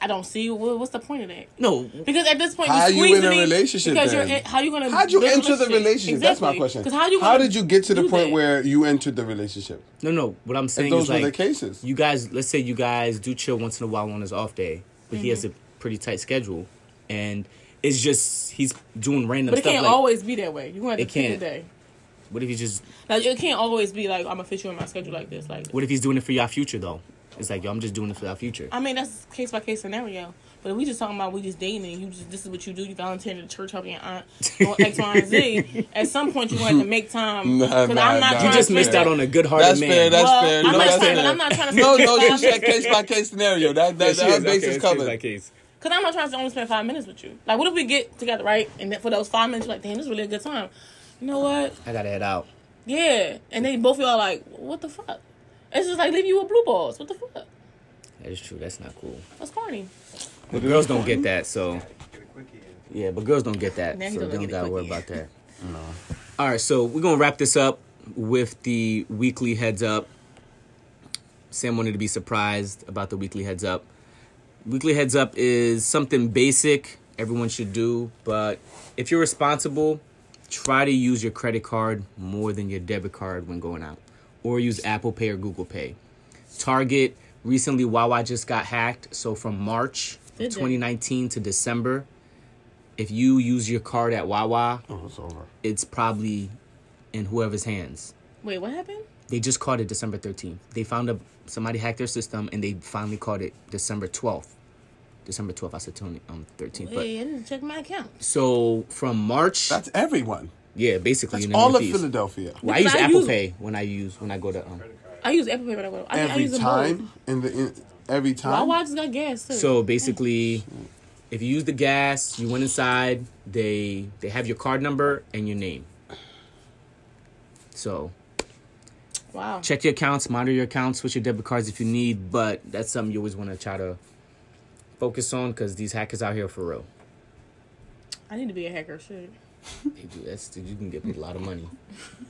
S3: I don't see what, what's the point of that.
S1: No,
S3: Because at this point,
S2: How you
S3: you squeezing
S2: in a
S3: me
S2: relationship
S3: Because
S2: then?
S3: you're in, how you gonna
S2: How'd you
S3: build a
S2: enter the relationship? That's my
S3: Exactly.
S2: question.
S3: 'Cause how you
S2: How
S3: gonna
S2: did you get to the
S3: do
S2: point
S3: that?
S2: where you entered the relationship?
S1: no, no. What I'm saying
S2: those
S1: is
S2: were
S1: like
S2: the cases.
S1: You guys, let's say you guys do chill once in a while on his off day, but he has
S3: Mm-hmm.
S1: a pretty tight schedule, and it's just he's doing random
S3: But it
S1: stuff.
S3: can't
S1: like,
S3: always be that way. You gonna have to
S1: It
S3: pick a
S1: can't.
S3: day.
S1: What if he's just?
S3: Like it can't always be like I'm gonna fit you in my schedule like this. Like
S1: What if he's doing it for your future though? It's like yo, I'm just doing it for our future.
S3: I mean that's case by case scenario. But if we just talking about we just dating and you just this is what you do, you volunteer at the church helping your aunt or X, Y, and Z, at some point you're gonna have to make time.
S2: Nah,
S3: 'Cause
S2: nah,
S3: I'm not
S2: nah.
S1: You
S3: trying
S1: just
S3: to
S1: missed
S3: fit-
S1: out on a good-hearted
S2: That's
S1: man.
S2: fair. That's
S3: Well,
S2: fair.
S3: I'm
S2: No,
S3: not
S2: that's
S3: trying-
S2: fair.
S3: but I'm not trying to
S2: No,
S3: spend
S2: no,
S3: five
S2: you said
S3: minutes.
S2: case by case scenario. That that, that base is covered.
S3: Cause I'm not trying to only spend five minutes with you. Like, what if we get together, right? And then for those five minutes, you're like, damn, this is really a good time. You know what?
S1: I gotta head out.
S3: Yeah. And then both of y'all like, what the fuck? It's just like leave you with blue balls. What the fuck?
S1: That is true. That's not cool.
S3: That's corny.
S1: But girls don't get that. So yeah, but girls don't get that.
S3: Now he's
S1: so
S3: gonna
S1: they don't
S3: get it
S1: gotta worry
S3: quickie.
S1: about that. All right, so we're gonna wrap this up with the weekly heads up. Sam wanted to be surprised about the weekly heads up. Weekly heads up is something basic everyone should do, but if you're responsible, try to use your credit card more than your debit card when going out, or use Apple Pay or Google Pay. Target recently, Wawa just got hacked, so from March
S3: Did
S1: of
S3: they?
S1: 2019 to December, if you use your card at Wawa,
S2: Oh, it's over.
S1: it's probably in whoever's hands.
S3: Wait, what happened?
S1: They just caught it December 13th. They found a somebody hacked their system and they finally caught it December 12th. December 12th, I said Tony um 13th.
S3: Wait, I need to check my account.
S1: But so from March,
S2: That's everyone.
S1: yeah, basically
S2: That's
S1: in the
S2: all of
S1: Northeast.
S2: Philadelphia.
S1: Well, I use
S3: Because I
S1: Apple
S3: use-
S1: Pay when I use when I go to um.
S3: I use Apple Pay, but I go. I, I
S2: Every
S3: use them both.
S2: time in the in, every time.
S3: Wawa just got gas too.
S1: So
S2: Oh,
S1: basically, if you use the gas, you went inside. They they have your card number and your name. So
S3: wow.
S1: check your accounts, monitor your accounts, switch your debit cards if you need, but that's something you always want to try to focus on because these hackers out here for real.
S3: I need to be a hacker. Shit.
S1: They do that's dude, you can get paid a lot of money.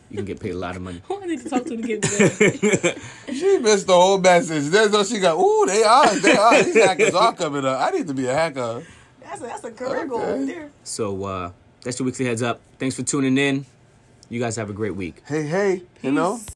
S1: You can get paid a lot of money.
S3: Who I need to talk to to get this?
S2: She missed the whole message. There's no she got. Ooh, they are. They are. These hackers are coming up. I need to be a hacker.
S3: that's a, that's a career goal
S2: Okay.
S3: right there.
S1: So uh that's your weekly heads up. Thanks for tuning in. You guys have a great week.
S2: Hey, hey. You know.